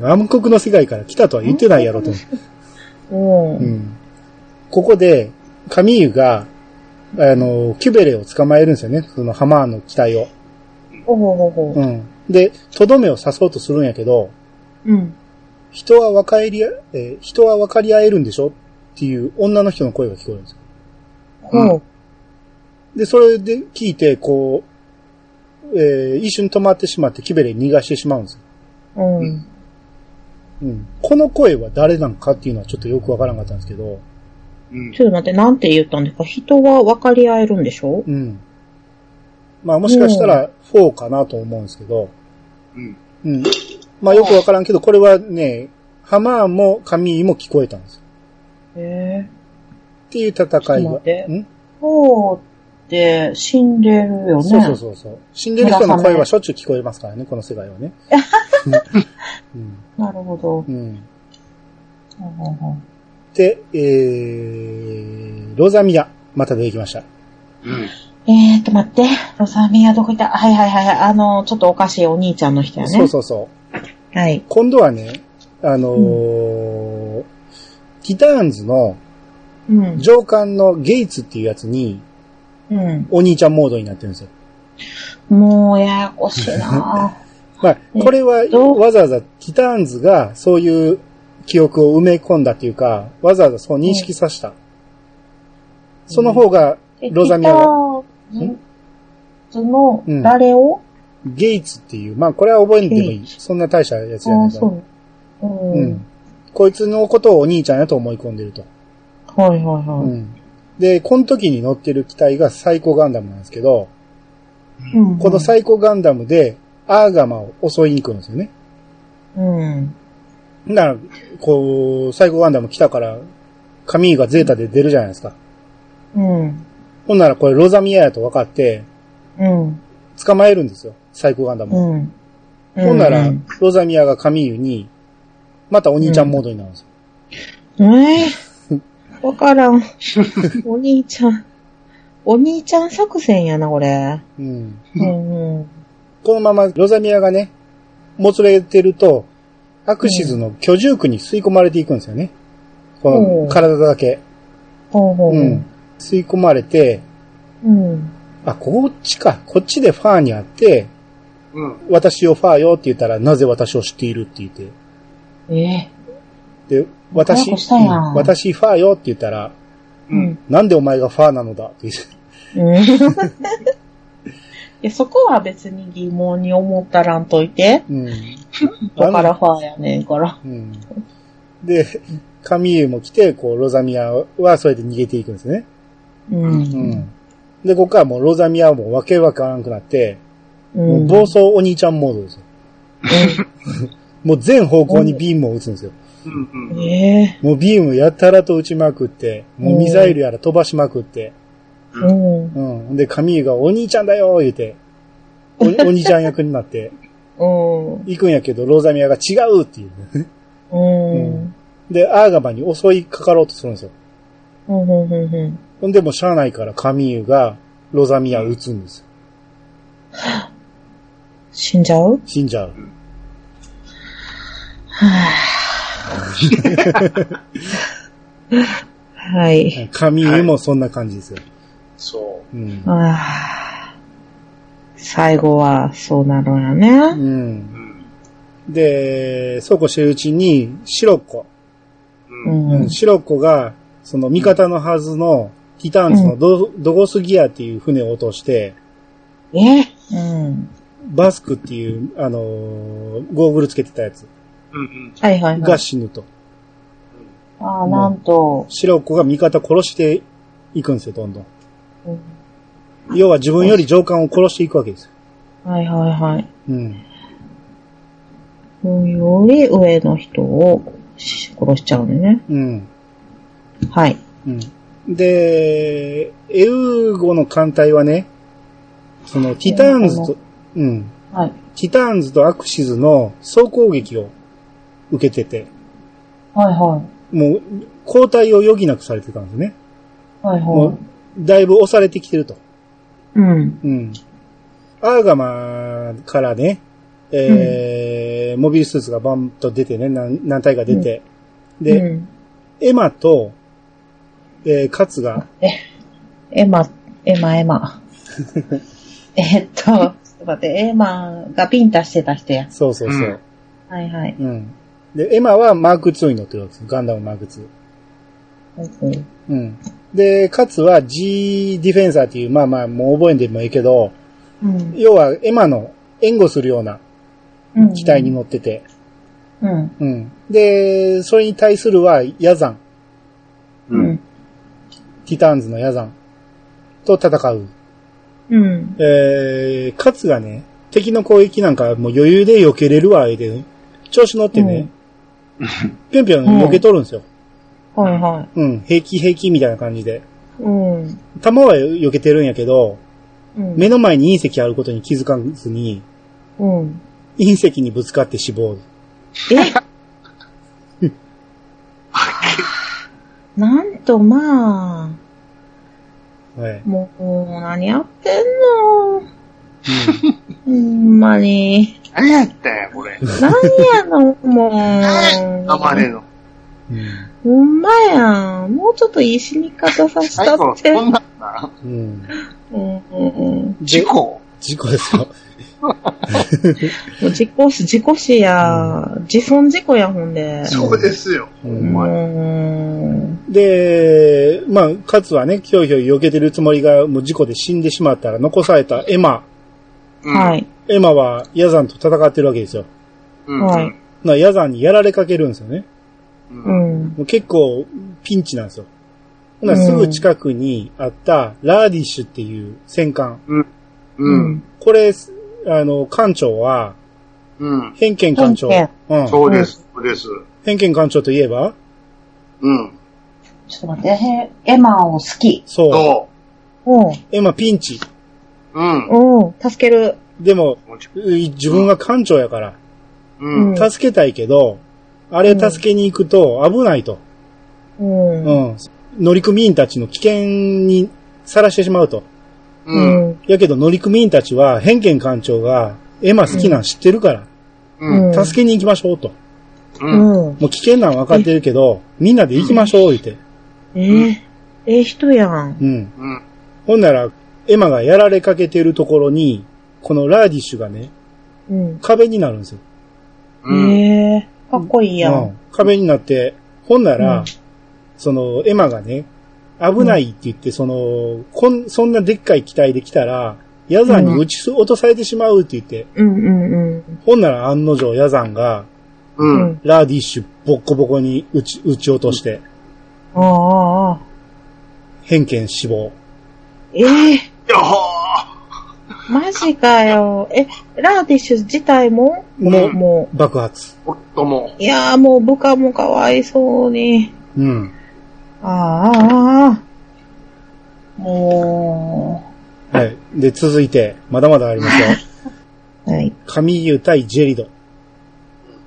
[SPEAKER 1] うん、暗黒の世界から来たとは言ってないやろと。
[SPEAKER 2] うん。
[SPEAKER 1] うん、ここで、カミーユが、あの、キュベレを捕まえるんですよね。そのハマーンの機体を。
[SPEAKER 2] ほうほうほうほう。
[SPEAKER 1] うん。で、とどめを刺そうとするんやけど、
[SPEAKER 2] うん。
[SPEAKER 1] 人は分かり合、えー人は分かり合えるんでしょっていう女の人の声が聞こえるんですよ。
[SPEAKER 2] ほう。
[SPEAKER 1] で、それで聞いて、こう、えー一瞬止まってしまって、キベレ逃がしてしまうんですよ。
[SPEAKER 2] うん。
[SPEAKER 1] うん。この声は誰なんかっていうのはちょっとよくわからなかったんですけど、
[SPEAKER 3] うん
[SPEAKER 2] ち。ょっと待って、なんて言ったんですか人は分かり合えるんでしょ
[SPEAKER 1] うん。まあもしかしたら4かなと思うんですけど、
[SPEAKER 3] うん。
[SPEAKER 1] うん。まあよくわからんけど、これはね、ハマーンもカミーも聞こえたんですよ。
[SPEAKER 2] え
[SPEAKER 1] っていう戦い
[SPEAKER 2] ちょっと待
[SPEAKER 1] は。
[SPEAKER 2] って
[SPEAKER 1] ん
[SPEAKER 2] ー、4って死んでるよね。
[SPEAKER 1] そうそうそうそう。死んでる人の声はしょっちゅう聞こえますからね、この世界はね。うん
[SPEAKER 2] なるほど。
[SPEAKER 1] うん、
[SPEAKER 2] ほうほうほう
[SPEAKER 1] で、えー、ロザミア、また出てきました。
[SPEAKER 3] うん。
[SPEAKER 2] えーっと、待って。ロサミアどこ行ったはいはいはいはい。あの、ちょっとおかしいお兄ちゃんの人やね。
[SPEAKER 1] そうそうそう。
[SPEAKER 2] はい。
[SPEAKER 1] 今度はね、あのーティターンズの
[SPEAKER 2] うん。
[SPEAKER 1] 上官のゲイツっていうやつに
[SPEAKER 2] うん。
[SPEAKER 1] お兄ちゃんモードになってるんですよ。
[SPEAKER 2] もう、ややこしいなぁ
[SPEAKER 1] まあ、これは
[SPEAKER 2] えっと
[SPEAKER 1] わざわざティターンズがそういう記憶を埋め込んだっていうか、わざわざそう認識させた。その方が
[SPEAKER 2] え
[SPEAKER 1] ロザミアが
[SPEAKER 2] ギターズの
[SPEAKER 1] うん
[SPEAKER 2] 誰を、
[SPEAKER 1] ゲイツっていう、まあこれは覚えんでもい
[SPEAKER 2] ゲイ
[SPEAKER 1] い。そんな大したやつじゃ
[SPEAKER 2] あ
[SPEAKER 1] な
[SPEAKER 2] あ、
[SPEAKER 1] いから。
[SPEAKER 2] そう。うん。
[SPEAKER 1] うん。こいつのことをお兄ちゃんやと思い込んでると。
[SPEAKER 2] はいはいは
[SPEAKER 1] うん。で、この時に乗ってる機体がサイコガンダムなんですけど、
[SPEAKER 2] い。うん。
[SPEAKER 1] このサイコガンダムでアーガマを襲いに来るんですよね。
[SPEAKER 2] うん。
[SPEAKER 1] だから、こう、サイコガンダム来たから、カミーがゼータで出るじゃないですか。
[SPEAKER 2] うん。
[SPEAKER 1] ほんならこれロザミアやと分かって、
[SPEAKER 2] うん。
[SPEAKER 1] 捕まえるんですよ。サイコガンダムを。
[SPEAKER 2] うん。
[SPEAKER 1] ほんなら
[SPEAKER 2] うん、
[SPEAKER 1] ロザミアがカミーユに、またお兄ちゃんモードになるんですよ。
[SPEAKER 2] えー、わか らん。お兄ちゃん。お兄ちゃん作戦やな、これ。
[SPEAKER 1] うん。
[SPEAKER 2] うん。うん
[SPEAKER 1] このままロザミアがね、もつれてると、アクシズの居住区に吸い込まれていくんですよね。こ
[SPEAKER 2] お
[SPEAKER 1] の
[SPEAKER 2] う
[SPEAKER 1] 体だけ。
[SPEAKER 2] ほうほう
[SPEAKER 1] う
[SPEAKER 2] ほ
[SPEAKER 1] ん。吸い込まれて、
[SPEAKER 2] う。うん。
[SPEAKER 1] あ、こっちか。こっちでファーに会って、
[SPEAKER 3] うん。
[SPEAKER 1] 私をファーよって言ったら、なぜ私を知っているって言って。
[SPEAKER 2] え
[SPEAKER 1] で、私、
[SPEAKER 2] 仲良くしたやん
[SPEAKER 1] うん私ファーよって言ったら、
[SPEAKER 2] ー、うん。
[SPEAKER 1] なんでお前がファーなの だって言って。
[SPEAKER 2] うん。いや、そこは別に疑問に思ったらんといて。
[SPEAKER 1] うん。
[SPEAKER 2] だからファーやねんから。
[SPEAKER 1] うん。で、カミーユも来て、こう、ロザミアはそれで逃げていくんですね。
[SPEAKER 2] う。
[SPEAKER 1] うんん。で、ここからもうロザミアはもうわけわからなくなって、
[SPEAKER 2] う。
[SPEAKER 1] もうん暴走お兄ちゃんモードですよ。もう全方向にビームを撃つんですよ。
[SPEAKER 3] うん。うん。
[SPEAKER 2] ええ
[SPEAKER 1] もうビームやたらと撃ちまくって、もうミサイルやら飛ばしまくって、
[SPEAKER 2] うん。
[SPEAKER 1] うん。で、カミーユがお兄ちゃんだよ言うて、お お兄ちゃん役になって、
[SPEAKER 2] うん。
[SPEAKER 1] 行くんやけど、ロザミアが違うっていう、ね。
[SPEAKER 2] うん。
[SPEAKER 1] で、アーガマに襲いかかろうとするんですよ。
[SPEAKER 2] うん。うん。うん。
[SPEAKER 1] ほんでもうしゃあないからカミーユがロザミアを撃つんですよ。
[SPEAKER 2] 死んじゃう
[SPEAKER 1] 死んじゃう。
[SPEAKER 2] はい。
[SPEAKER 1] カミーユもそんな感じですよ。
[SPEAKER 3] そ
[SPEAKER 1] うん。
[SPEAKER 2] ああ。最後は、そうなのよ
[SPEAKER 1] う
[SPEAKER 2] ね。
[SPEAKER 1] ん
[SPEAKER 3] う。う。ん。
[SPEAKER 1] で、そうこうしてるうちに、シロッコ。
[SPEAKER 2] う
[SPEAKER 3] うん。
[SPEAKER 2] ん。
[SPEAKER 1] シロッコが、その味方のはずの、ティターンズのド,、ドゴスギアっていう船を落として、
[SPEAKER 2] えうん。
[SPEAKER 1] バスクっていう、あのーゴーグルつけてたやつ
[SPEAKER 3] うん。
[SPEAKER 2] はいはいは
[SPEAKER 1] が
[SPEAKER 2] い。
[SPEAKER 1] 死ぬと。
[SPEAKER 2] ああ、なんと。
[SPEAKER 1] シロッコが味方殺していくんですよ、どんどん。
[SPEAKER 2] うん
[SPEAKER 1] 要は自分より上官を殺していくわけですよ。
[SPEAKER 2] はいはいはい。
[SPEAKER 1] うん。
[SPEAKER 2] より上の人をし殺しちゃうのね。
[SPEAKER 1] うん。
[SPEAKER 2] はい。
[SPEAKER 1] うん。で、エウゴの艦隊はね、その、ティターンズと、うん。
[SPEAKER 2] はい。
[SPEAKER 1] ティターンズとアクシズの総攻撃を受けてて、
[SPEAKER 2] はいはい。
[SPEAKER 1] もう交代を余儀なくされてたんですね。
[SPEAKER 2] はいは
[SPEAKER 1] も
[SPEAKER 2] い。
[SPEAKER 1] うだいぶ押されてきてると。
[SPEAKER 2] うん。
[SPEAKER 1] うん。アーガマからね、えーモビルスーツがバンと出てね、何何体か出て。で、
[SPEAKER 2] うん、
[SPEAKER 1] エマと、えーカツが、
[SPEAKER 2] エマ、エマ、エ マ。えっと、ちょっと待って、エマがピンタしてた人や。
[SPEAKER 1] そうそうそう。
[SPEAKER 2] はいはい。
[SPEAKER 1] うん。で、エマはマーク2に乗ってるわけです。ガンダムマーク2。
[SPEAKER 2] うん
[SPEAKER 1] うん。で、カツは G ディフェンサーっていう、まあまあ、もう覚えんでもいいけど、
[SPEAKER 2] うん。
[SPEAKER 1] 要はエマの援護するような
[SPEAKER 2] うん
[SPEAKER 1] 機体に乗ってて、
[SPEAKER 2] うん。
[SPEAKER 1] うん。で、それに対するは、ヤザン、
[SPEAKER 3] う。
[SPEAKER 2] うんん。
[SPEAKER 1] ティターンズのヤザンと戦う。
[SPEAKER 2] うん。
[SPEAKER 1] えー、カツがね、敵の攻撃なんかもう余裕で避けれるわ、ええで、調子乗ってね、ぴょんぴょん避けとるんですよ。
[SPEAKER 2] はいは
[SPEAKER 1] うん、平気平気みたいな感じで。
[SPEAKER 2] い。うん。
[SPEAKER 1] 弾は避けてるんやけど、
[SPEAKER 2] うん。
[SPEAKER 1] 目の前に隕石あることに気づかずに、
[SPEAKER 2] うん。
[SPEAKER 1] 隕石にぶつかって死亡。
[SPEAKER 2] なんとまあ、
[SPEAKER 1] はい。
[SPEAKER 2] もう、何やってんのほんまに。
[SPEAKER 3] 何やったんや、これ。
[SPEAKER 2] 何やの、もう。
[SPEAKER 3] あまねの。
[SPEAKER 1] うん。
[SPEAKER 2] ほんまやん。もうちょっといい死に方させた
[SPEAKER 3] 最後、
[SPEAKER 2] って。
[SPEAKER 3] こんなんな。
[SPEAKER 1] うん。
[SPEAKER 2] うんうんうん。も
[SPEAKER 3] 事故
[SPEAKER 1] 事故ですよ。
[SPEAKER 2] う事故死、事故死や、自損事故や、ほんで。
[SPEAKER 3] そうですよ。
[SPEAKER 1] う
[SPEAKER 2] うんん。
[SPEAKER 1] で、まあ、カツはね、ひょいひょい避けてるつもりが、もう事故で死んでしまったら、残されたエマ。
[SPEAKER 3] うん
[SPEAKER 2] はい。
[SPEAKER 1] エマはヤザンと戦ってるわけですよ。
[SPEAKER 3] うん
[SPEAKER 2] はい
[SPEAKER 1] な、ヤザンにやられかけるんですよね。
[SPEAKER 3] うん
[SPEAKER 2] う
[SPEAKER 3] うん
[SPEAKER 2] ん。
[SPEAKER 1] もう結構、ピンチなんですよ。ほな、すぐ近くにあった、ラーディッシュっていう戦艦。
[SPEAKER 3] うん。。
[SPEAKER 1] これ、あの、艦長は、
[SPEAKER 3] うん。
[SPEAKER 1] 偏見艦長。
[SPEAKER 2] 偏
[SPEAKER 1] うん。
[SPEAKER 3] そうです、そうです。
[SPEAKER 1] 偏見艦長といえば
[SPEAKER 3] うん。
[SPEAKER 2] ちょっと待って、へエマを好き。
[SPEAKER 1] そう。
[SPEAKER 3] そ
[SPEAKER 2] おう
[SPEAKER 1] エマピンチ。
[SPEAKER 3] う。うん。
[SPEAKER 2] おう助ける。
[SPEAKER 1] でも、
[SPEAKER 3] もちろん
[SPEAKER 1] う自分が艦長やから、
[SPEAKER 3] うん。
[SPEAKER 2] うん
[SPEAKER 1] 助けたいけど、あれ助けに行くと危ないと。
[SPEAKER 2] うん。
[SPEAKER 1] う。
[SPEAKER 2] うん
[SPEAKER 1] 乗組員たちの危険にさらしてしまうと。
[SPEAKER 3] うん。。
[SPEAKER 1] やけど乗組員たちは、偏見艦長が、エマ好きなん知ってるから、
[SPEAKER 3] うん。
[SPEAKER 2] うん
[SPEAKER 1] 助けに行きましょうと。
[SPEAKER 3] うん。
[SPEAKER 2] うん。
[SPEAKER 1] もう危険なん分かってるけど、みんなで行きましょう、言って。
[SPEAKER 2] えーええ人やん。
[SPEAKER 1] うん。
[SPEAKER 3] うん。
[SPEAKER 1] ほんなら、エマがやられかけてるところに、このラーディッシュがね、
[SPEAKER 2] うん。
[SPEAKER 1] 壁になるんですよ。
[SPEAKER 3] うん。
[SPEAKER 2] ええかっこいいや。
[SPEAKER 1] うんん、壁になって、ほんなら、
[SPEAKER 2] うん
[SPEAKER 1] その、エマがね、危ないって言って、その、こん、そんなでっかい機体で来たら、ヤザンに撃ち落とされてしまうって言って、
[SPEAKER 2] うんうん
[SPEAKER 1] ほんなら案の定ヤザンが、
[SPEAKER 3] う。
[SPEAKER 2] うんん。う
[SPEAKER 3] うん。
[SPEAKER 2] ん。
[SPEAKER 1] ラーディッシュボッコボコに撃ち、撃ち落として、
[SPEAKER 2] ああああ。
[SPEAKER 1] 偏見死亡。
[SPEAKER 2] ええ
[SPEAKER 3] よほ
[SPEAKER 2] マジかよ。え、ラーディッシュ自体も
[SPEAKER 1] も
[SPEAKER 2] も
[SPEAKER 1] う
[SPEAKER 2] う、も
[SPEAKER 1] 爆発。
[SPEAKER 3] ー。おっとも。
[SPEAKER 2] う。いやーもう部下もかわいそうに。
[SPEAKER 1] うん。
[SPEAKER 2] ああああああ。も
[SPEAKER 1] はい。で、続いて、まだまだありますよ。
[SPEAKER 2] う。はい。
[SPEAKER 1] 神優対ジェリド。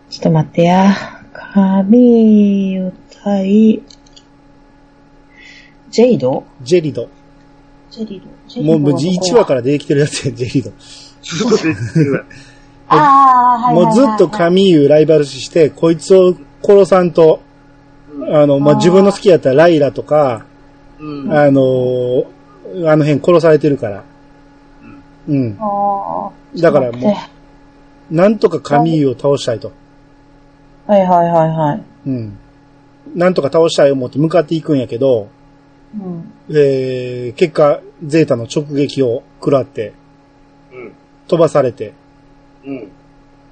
[SPEAKER 2] ちょっと待ってや。神歌い。ジェイド
[SPEAKER 1] ジェリド。
[SPEAKER 2] ジェリド。ジェリ
[SPEAKER 1] も
[SPEAKER 2] ド
[SPEAKER 1] う、
[SPEAKER 2] の
[SPEAKER 1] 無
[SPEAKER 2] とこ
[SPEAKER 1] 事
[SPEAKER 2] は
[SPEAKER 1] 1話から出てきてるやつや、ジェリド。
[SPEAKER 3] ずっと出てる。
[SPEAKER 2] ああ、はいはいはい
[SPEAKER 1] もうずっと神優ライバル視して、こいつを殺さんと、あの、まあ、
[SPEAKER 2] あー
[SPEAKER 1] 自分の好きやったライラとか、
[SPEAKER 3] うん。
[SPEAKER 1] あのーあの辺殺されてるから。うん。
[SPEAKER 2] ああ
[SPEAKER 1] だからもう、なんとか神優を倒したいと。
[SPEAKER 2] う。はいはいはいはい。
[SPEAKER 1] うん。なんとか倒したい思って向かっていくんやけど、
[SPEAKER 2] うん。
[SPEAKER 1] えー、結果、ゼータの直撃を食らって、
[SPEAKER 3] うん。
[SPEAKER 1] 飛ばされて、
[SPEAKER 3] うん。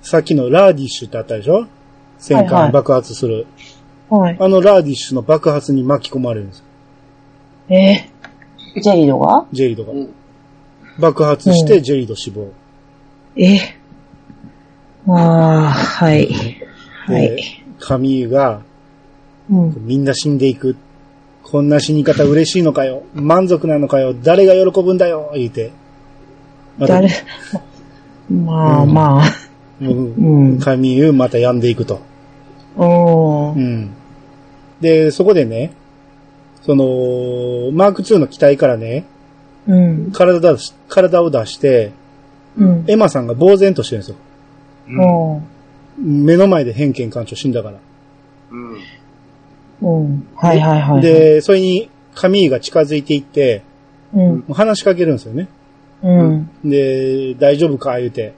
[SPEAKER 1] さっきのラーディッシュってあったでしょ戦
[SPEAKER 2] はいは
[SPEAKER 1] 艦
[SPEAKER 2] い
[SPEAKER 1] 爆発する。
[SPEAKER 2] はい。
[SPEAKER 1] あのラーディッシュの爆発に巻き込まれるんですよ。
[SPEAKER 2] えー、ジェリドが
[SPEAKER 1] ジェリドが
[SPEAKER 3] う。ん。
[SPEAKER 1] 爆発して
[SPEAKER 2] う
[SPEAKER 1] ジェリド死亡。
[SPEAKER 2] えああ、はい。は
[SPEAKER 1] で
[SPEAKER 2] い。、
[SPEAKER 1] 神湯が、
[SPEAKER 2] うん。
[SPEAKER 1] みんな死んでいく。こんな死に方嬉しいのかよ。満足なのかよ。誰が喜ぶんだよ。言うて。また
[SPEAKER 2] 誰、、まあ
[SPEAKER 1] うん
[SPEAKER 2] まあ、
[SPEAKER 1] うん
[SPEAKER 2] うん。
[SPEAKER 1] 神湯また病んでいくと。
[SPEAKER 2] お
[SPEAKER 1] う
[SPEAKER 2] ー
[SPEAKER 1] ん。で、そこでね、その、マーク2の機体からね、
[SPEAKER 2] うん。
[SPEAKER 1] 体だし体を出して、
[SPEAKER 2] うん。
[SPEAKER 1] エマさんが呆然としてるんですよ。
[SPEAKER 3] うん。
[SPEAKER 2] おー
[SPEAKER 1] 目の前で偏見館長死んだから。
[SPEAKER 3] うん。
[SPEAKER 2] うん。はいはいはい。、
[SPEAKER 1] で、それに、神井が近づいていって、
[SPEAKER 2] うん。
[SPEAKER 1] 話しかけるんですよね。
[SPEAKER 2] うん。
[SPEAKER 1] で、大丈夫か言うて。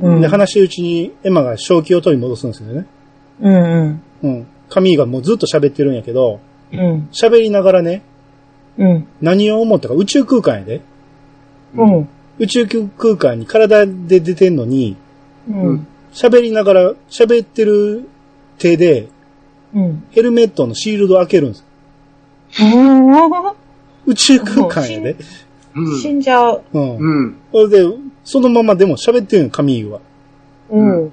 [SPEAKER 2] うん。
[SPEAKER 1] で、話しうちに、エマが正気を取り戻すんですよね。
[SPEAKER 2] うん
[SPEAKER 1] うん。神井がもうずっと喋ってるんやけど、
[SPEAKER 2] うん。うん。
[SPEAKER 1] 喋りながらね、
[SPEAKER 2] うん。
[SPEAKER 1] 何を思ったか宇宙空間やで。
[SPEAKER 2] うん。
[SPEAKER 1] 宇宙空間に体で出てんのに、
[SPEAKER 2] うん。
[SPEAKER 1] 喋りながら、喋ってる手で、
[SPEAKER 2] うん。
[SPEAKER 1] ヘルメットのシールド開けるんです。宇宙空間やで。
[SPEAKER 2] 死
[SPEAKER 3] うん
[SPEAKER 2] じゃ う。
[SPEAKER 1] うん。
[SPEAKER 3] ん。うん。
[SPEAKER 1] それで、そのままでも喋ってるんよ、カミーユは。
[SPEAKER 2] うん。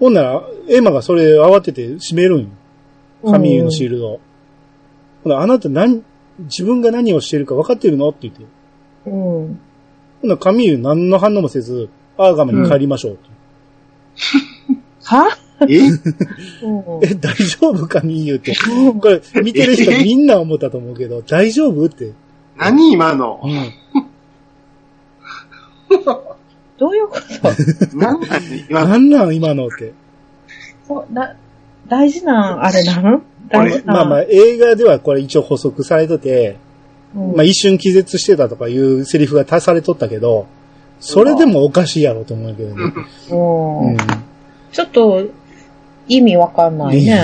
[SPEAKER 1] ほんなら、エマがそれ慌てて閉めるんよ。カミーユのシールドを。ほな、あなた何、自分が何をしてるか分かってるのって言って。
[SPEAKER 2] うん。
[SPEAKER 1] ほな、カミーユ何の反応もせず、アーガムに帰りましょうって。
[SPEAKER 2] は
[SPEAKER 3] え
[SPEAKER 2] うん。
[SPEAKER 1] え、大丈夫カミーユって。これ、見てる人みんな思ったと思うけど、大丈夫って。
[SPEAKER 3] 何今の
[SPEAKER 2] どういうこと
[SPEAKER 3] 何なの今の
[SPEAKER 1] なんなん今のって。
[SPEAKER 2] そうだ大事なん、あれなの大事な。
[SPEAKER 1] まあまあ、映画ではこれ一応補足されてて、
[SPEAKER 2] うん
[SPEAKER 1] まあ一瞬気絶してたとかいうセリフが足されとったけど、それでもおかしいやろと思うけどね。
[SPEAKER 2] うん
[SPEAKER 1] うん
[SPEAKER 2] ちょっと、意味わかんないね。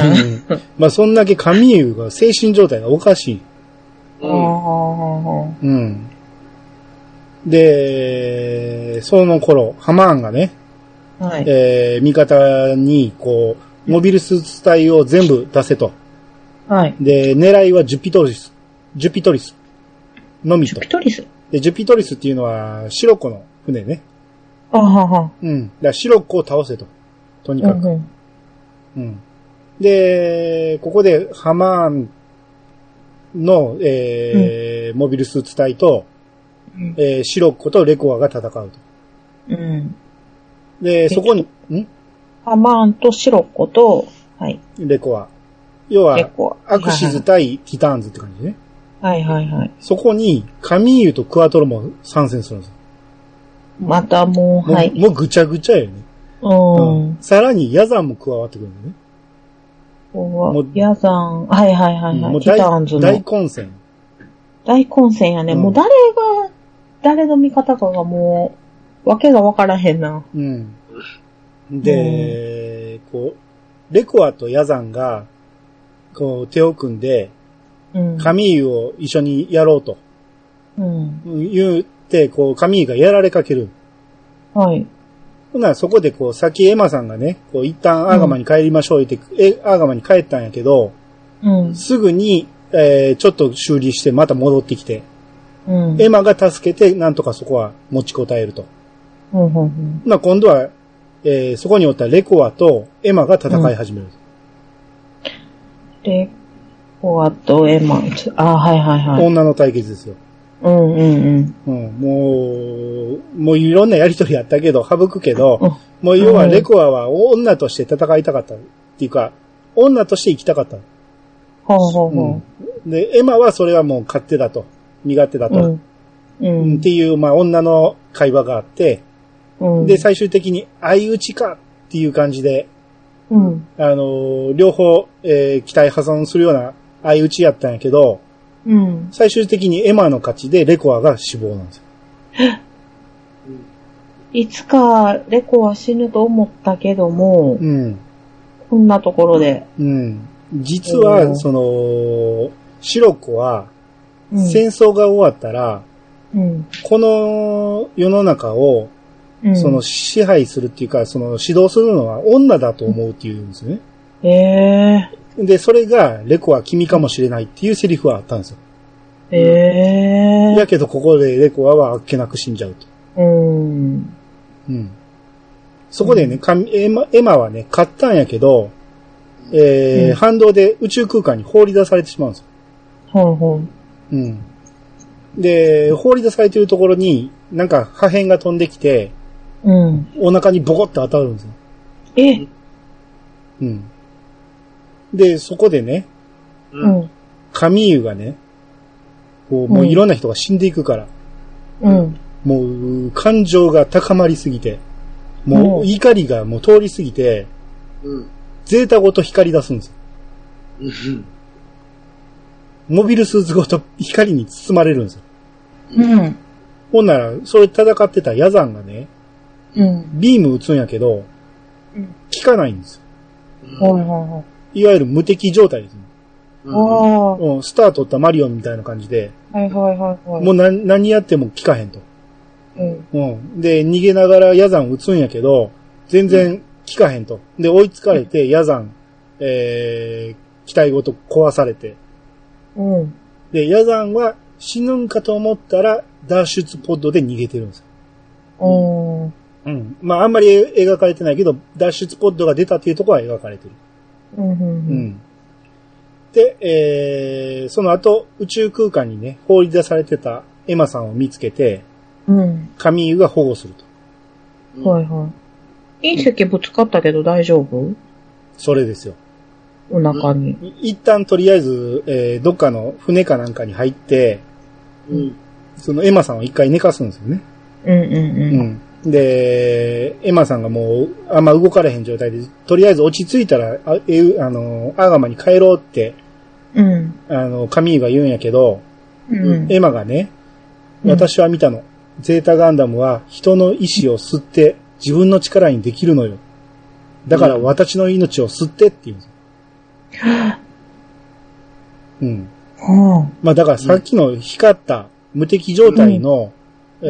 [SPEAKER 1] うんまあそんだけカミーユが精神状態がおかしい。
[SPEAKER 2] あ
[SPEAKER 3] うん
[SPEAKER 2] ー
[SPEAKER 1] うん。で、その頃、ハマーンがね、
[SPEAKER 2] はい。
[SPEAKER 1] えー味方に、こう、モビルスーツ隊を全部出せと。
[SPEAKER 2] はい。
[SPEAKER 1] で、狙いはジュピトリス。ジュピトリス。のみ
[SPEAKER 2] ジュ
[SPEAKER 1] と
[SPEAKER 2] ピ。トリス。
[SPEAKER 1] で、ジュピトリスっていうのは、シロコの船ね。
[SPEAKER 2] あはは。
[SPEAKER 1] うん。だからシロコを倒せと。とに
[SPEAKER 2] う
[SPEAKER 1] かく。
[SPEAKER 2] んうん。
[SPEAKER 1] うん。で、ここで、ハマーンの、えーモビルスーツ隊と、
[SPEAKER 2] うん
[SPEAKER 1] えーシロッコとレコアが戦うと。
[SPEAKER 2] うん。
[SPEAKER 1] で、そこに、ん
[SPEAKER 2] ハマーンとシロコと、はい。
[SPEAKER 1] レコア。要
[SPEAKER 2] 結
[SPEAKER 1] は、
[SPEAKER 2] 構。
[SPEAKER 1] アクシズ対ティターンズって感じね。
[SPEAKER 2] はいはいはい。
[SPEAKER 1] そこに、カミーユとクワトロも参戦するんですよ。
[SPEAKER 2] またもう、
[SPEAKER 1] もう,、
[SPEAKER 2] はい。
[SPEAKER 1] もうぐちゃぐちゃよね。
[SPEAKER 2] うん。
[SPEAKER 1] さらに、ヤザンも加わってくるんだね。も
[SPEAKER 2] も
[SPEAKER 1] う
[SPEAKER 2] う、ヤザン、はいはいはいはい。
[SPEAKER 1] もう
[SPEAKER 2] ティ
[SPEAKER 1] 大
[SPEAKER 2] ターンズ
[SPEAKER 1] 大
[SPEAKER 2] の
[SPEAKER 1] 混戦。
[SPEAKER 2] 大混戦やね。
[SPEAKER 1] うん
[SPEAKER 2] もう誰が、誰の味方かがもう、わけがわからへんな。
[SPEAKER 1] うん。で、こう、レコアとヤザンが、こう、手を組んで、
[SPEAKER 2] うん。
[SPEAKER 1] カミーユを一緒にやろうと
[SPEAKER 2] うん。
[SPEAKER 1] 言って、こう、カミーユがやられかける。
[SPEAKER 2] はい。
[SPEAKER 1] ほな、そこでこう、さっきエマさんがね、こう、一旦アーガマに帰りましょう言って、え、アーガマに帰ったんやけど、
[SPEAKER 2] うん。
[SPEAKER 1] すぐに、えーちょっと修理してまた戻ってきて、
[SPEAKER 2] うん。
[SPEAKER 1] エマが助けて、なんとかそこは持ちこたえると。
[SPEAKER 2] うんうんうん。
[SPEAKER 1] ほな、今度は、えーそこにおったレコアとエマが戦い始める。
[SPEAKER 2] で、コアとエマ。ちょあ、はいはいはい。
[SPEAKER 1] 女の対決ですよ。
[SPEAKER 2] うんうんうん。
[SPEAKER 1] うん、もう、もういろんなやりとりやったけど、省くけど、
[SPEAKER 2] うん
[SPEAKER 1] もう要はレコアは女として戦いたかった。っていうか、女として生きたかった。
[SPEAKER 2] ほうほう
[SPEAKER 1] う
[SPEAKER 2] ほ
[SPEAKER 1] んで、エマはそれはもう勝手だと。身勝手だ
[SPEAKER 2] う。う
[SPEAKER 1] と。
[SPEAKER 2] ん。う
[SPEAKER 1] うんっ
[SPEAKER 2] ん。
[SPEAKER 1] ていう、まあ女の会話があって、
[SPEAKER 2] うん。
[SPEAKER 1] で、最終的に相打ちかっていう感じで、
[SPEAKER 2] うん。
[SPEAKER 1] あのー両方、えー、期待破損するような相打ちやったんやけど、
[SPEAKER 2] うん。
[SPEAKER 1] 最終的にエマの勝ちでレコアが死亡なんですよ。
[SPEAKER 2] いつか、レコは死ぬと思ったけども、
[SPEAKER 1] うん。
[SPEAKER 2] こんなところで。
[SPEAKER 1] うん。実
[SPEAKER 2] う
[SPEAKER 1] は、
[SPEAKER 2] ん
[SPEAKER 1] その、シロコは、
[SPEAKER 2] うん
[SPEAKER 1] 戦争が終わったら、
[SPEAKER 2] うん。
[SPEAKER 1] この世の中を、
[SPEAKER 2] うん
[SPEAKER 1] その、支配するっていうか、その指導するのは女だと思うっていうんですよね。
[SPEAKER 2] ええ
[SPEAKER 1] で、それが、レコは君かもしれないっていうセリフはあったんですよ。
[SPEAKER 2] ー、ええ
[SPEAKER 1] だけど、ここでレコアはあっけなく死んじゃうと。
[SPEAKER 2] ー、うん。
[SPEAKER 1] うん。そこでね、かエマエマはね、買ったんやけど、えー
[SPEAKER 2] うん
[SPEAKER 1] 反動で宇宙空間に放り出されてしまうんですよ
[SPEAKER 2] ほんほん。
[SPEAKER 1] うん。で、放り出されてるところに、なんか破片が飛んできて、
[SPEAKER 2] うん。
[SPEAKER 1] お腹にボコッと当たるんですよ。
[SPEAKER 2] え、
[SPEAKER 1] うん。で、そこでね、
[SPEAKER 3] う。
[SPEAKER 2] うんん。
[SPEAKER 1] カミーユがね、こう、もういろんな人が死んでいくから、
[SPEAKER 2] うん。
[SPEAKER 1] もう、感情が高まりすぎて、も
[SPEAKER 2] う
[SPEAKER 1] う、
[SPEAKER 2] ん
[SPEAKER 1] 怒りがもう通り過ぎて、
[SPEAKER 3] うん。
[SPEAKER 1] ゼータごと光り出すんですよ。
[SPEAKER 3] うん。
[SPEAKER 1] モビルスーツごと光に包まれるんですよ。
[SPEAKER 2] うん。
[SPEAKER 1] ほんなら、それ戦ってたヤザンがね、
[SPEAKER 2] うん。
[SPEAKER 1] ビーム撃つんやけど
[SPEAKER 2] うん、
[SPEAKER 1] 効かないんですよ。
[SPEAKER 2] ほいほいほい。
[SPEAKER 1] いわゆる無敵状態ですね。
[SPEAKER 3] うん。
[SPEAKER 2] ああー、
[SPEAKER 1] うん、スター取ったマリオンみたいな感じで、
[SPEAKER 2] はいはいはいはい。
[SPEAKER 1] もうな何やっても効かへんと。
[SPEAKER 2] うん。
[SPEAKER 1] うん。で、逃げながらヤザン撃つんやけど、全然効効かへんと。で、追いつかれて、ヤザン、えー、機体ごと壊されて。
[SPEAKER 2] うん。
[SPEAKER 1] で、ヤザンは死ぬんかと思ったら、脱出ポッドで逃げてるんですよ。
[SPEAKER 2] うん。
[SPEAKER 1] うん。まあ、あんまり描かれてないけど、脱出ポッドが出たっていうところは描かれてる。
[SPEAKER 2] うん。う
[SPEAKER 1] う
[SPEAKER 2] ん。うん。
[SPEAKER 1] ん。で、えー、その後、宇宙空間にね、放り出されてたエマさんを見つけて、
[SPEAKER 2] うん。
[SPEAKER 1] カミーユが保護すると。
[SPEAKER 2] はいはい。隕石ぶつかったけど大丈夫
[SPEAKER 1] それですよ。
[SPEAKER 2] お腹に。
[SPEAKER 1] い一旦とりあえず、えー、どっかの船かなんかに入って、
[SPEAKER 3] うん。
[SPEAKER 1] そのエマさんを一回寝かすんですよね。
[SPEAKER 2] うんうん
[SPEAKER 1] うん。で、エマさんがもう、あんま動かれへん状態で、とりあえず落ち着いたら、あ、えうあの、アーガマに帰ろうって、
[SPEAKER 2] うん。うん。
[SPEAKER 1] あの、カミーユが言うんやけど、
[SPEAKER 2] うん。
[SPEAKER 1] エマがね、
[SPEAKER 2] うん
[SPEAKER 1] 私は見たの。ゼータガンダムは人の意志を吸って自分の力にできるのよ。だから私の命を吸ってって言 うんですよ。うん。
[SPEAKER 2] は
[SPEAKER 1] まあだからさっきの光った無敵状態の、えーゼ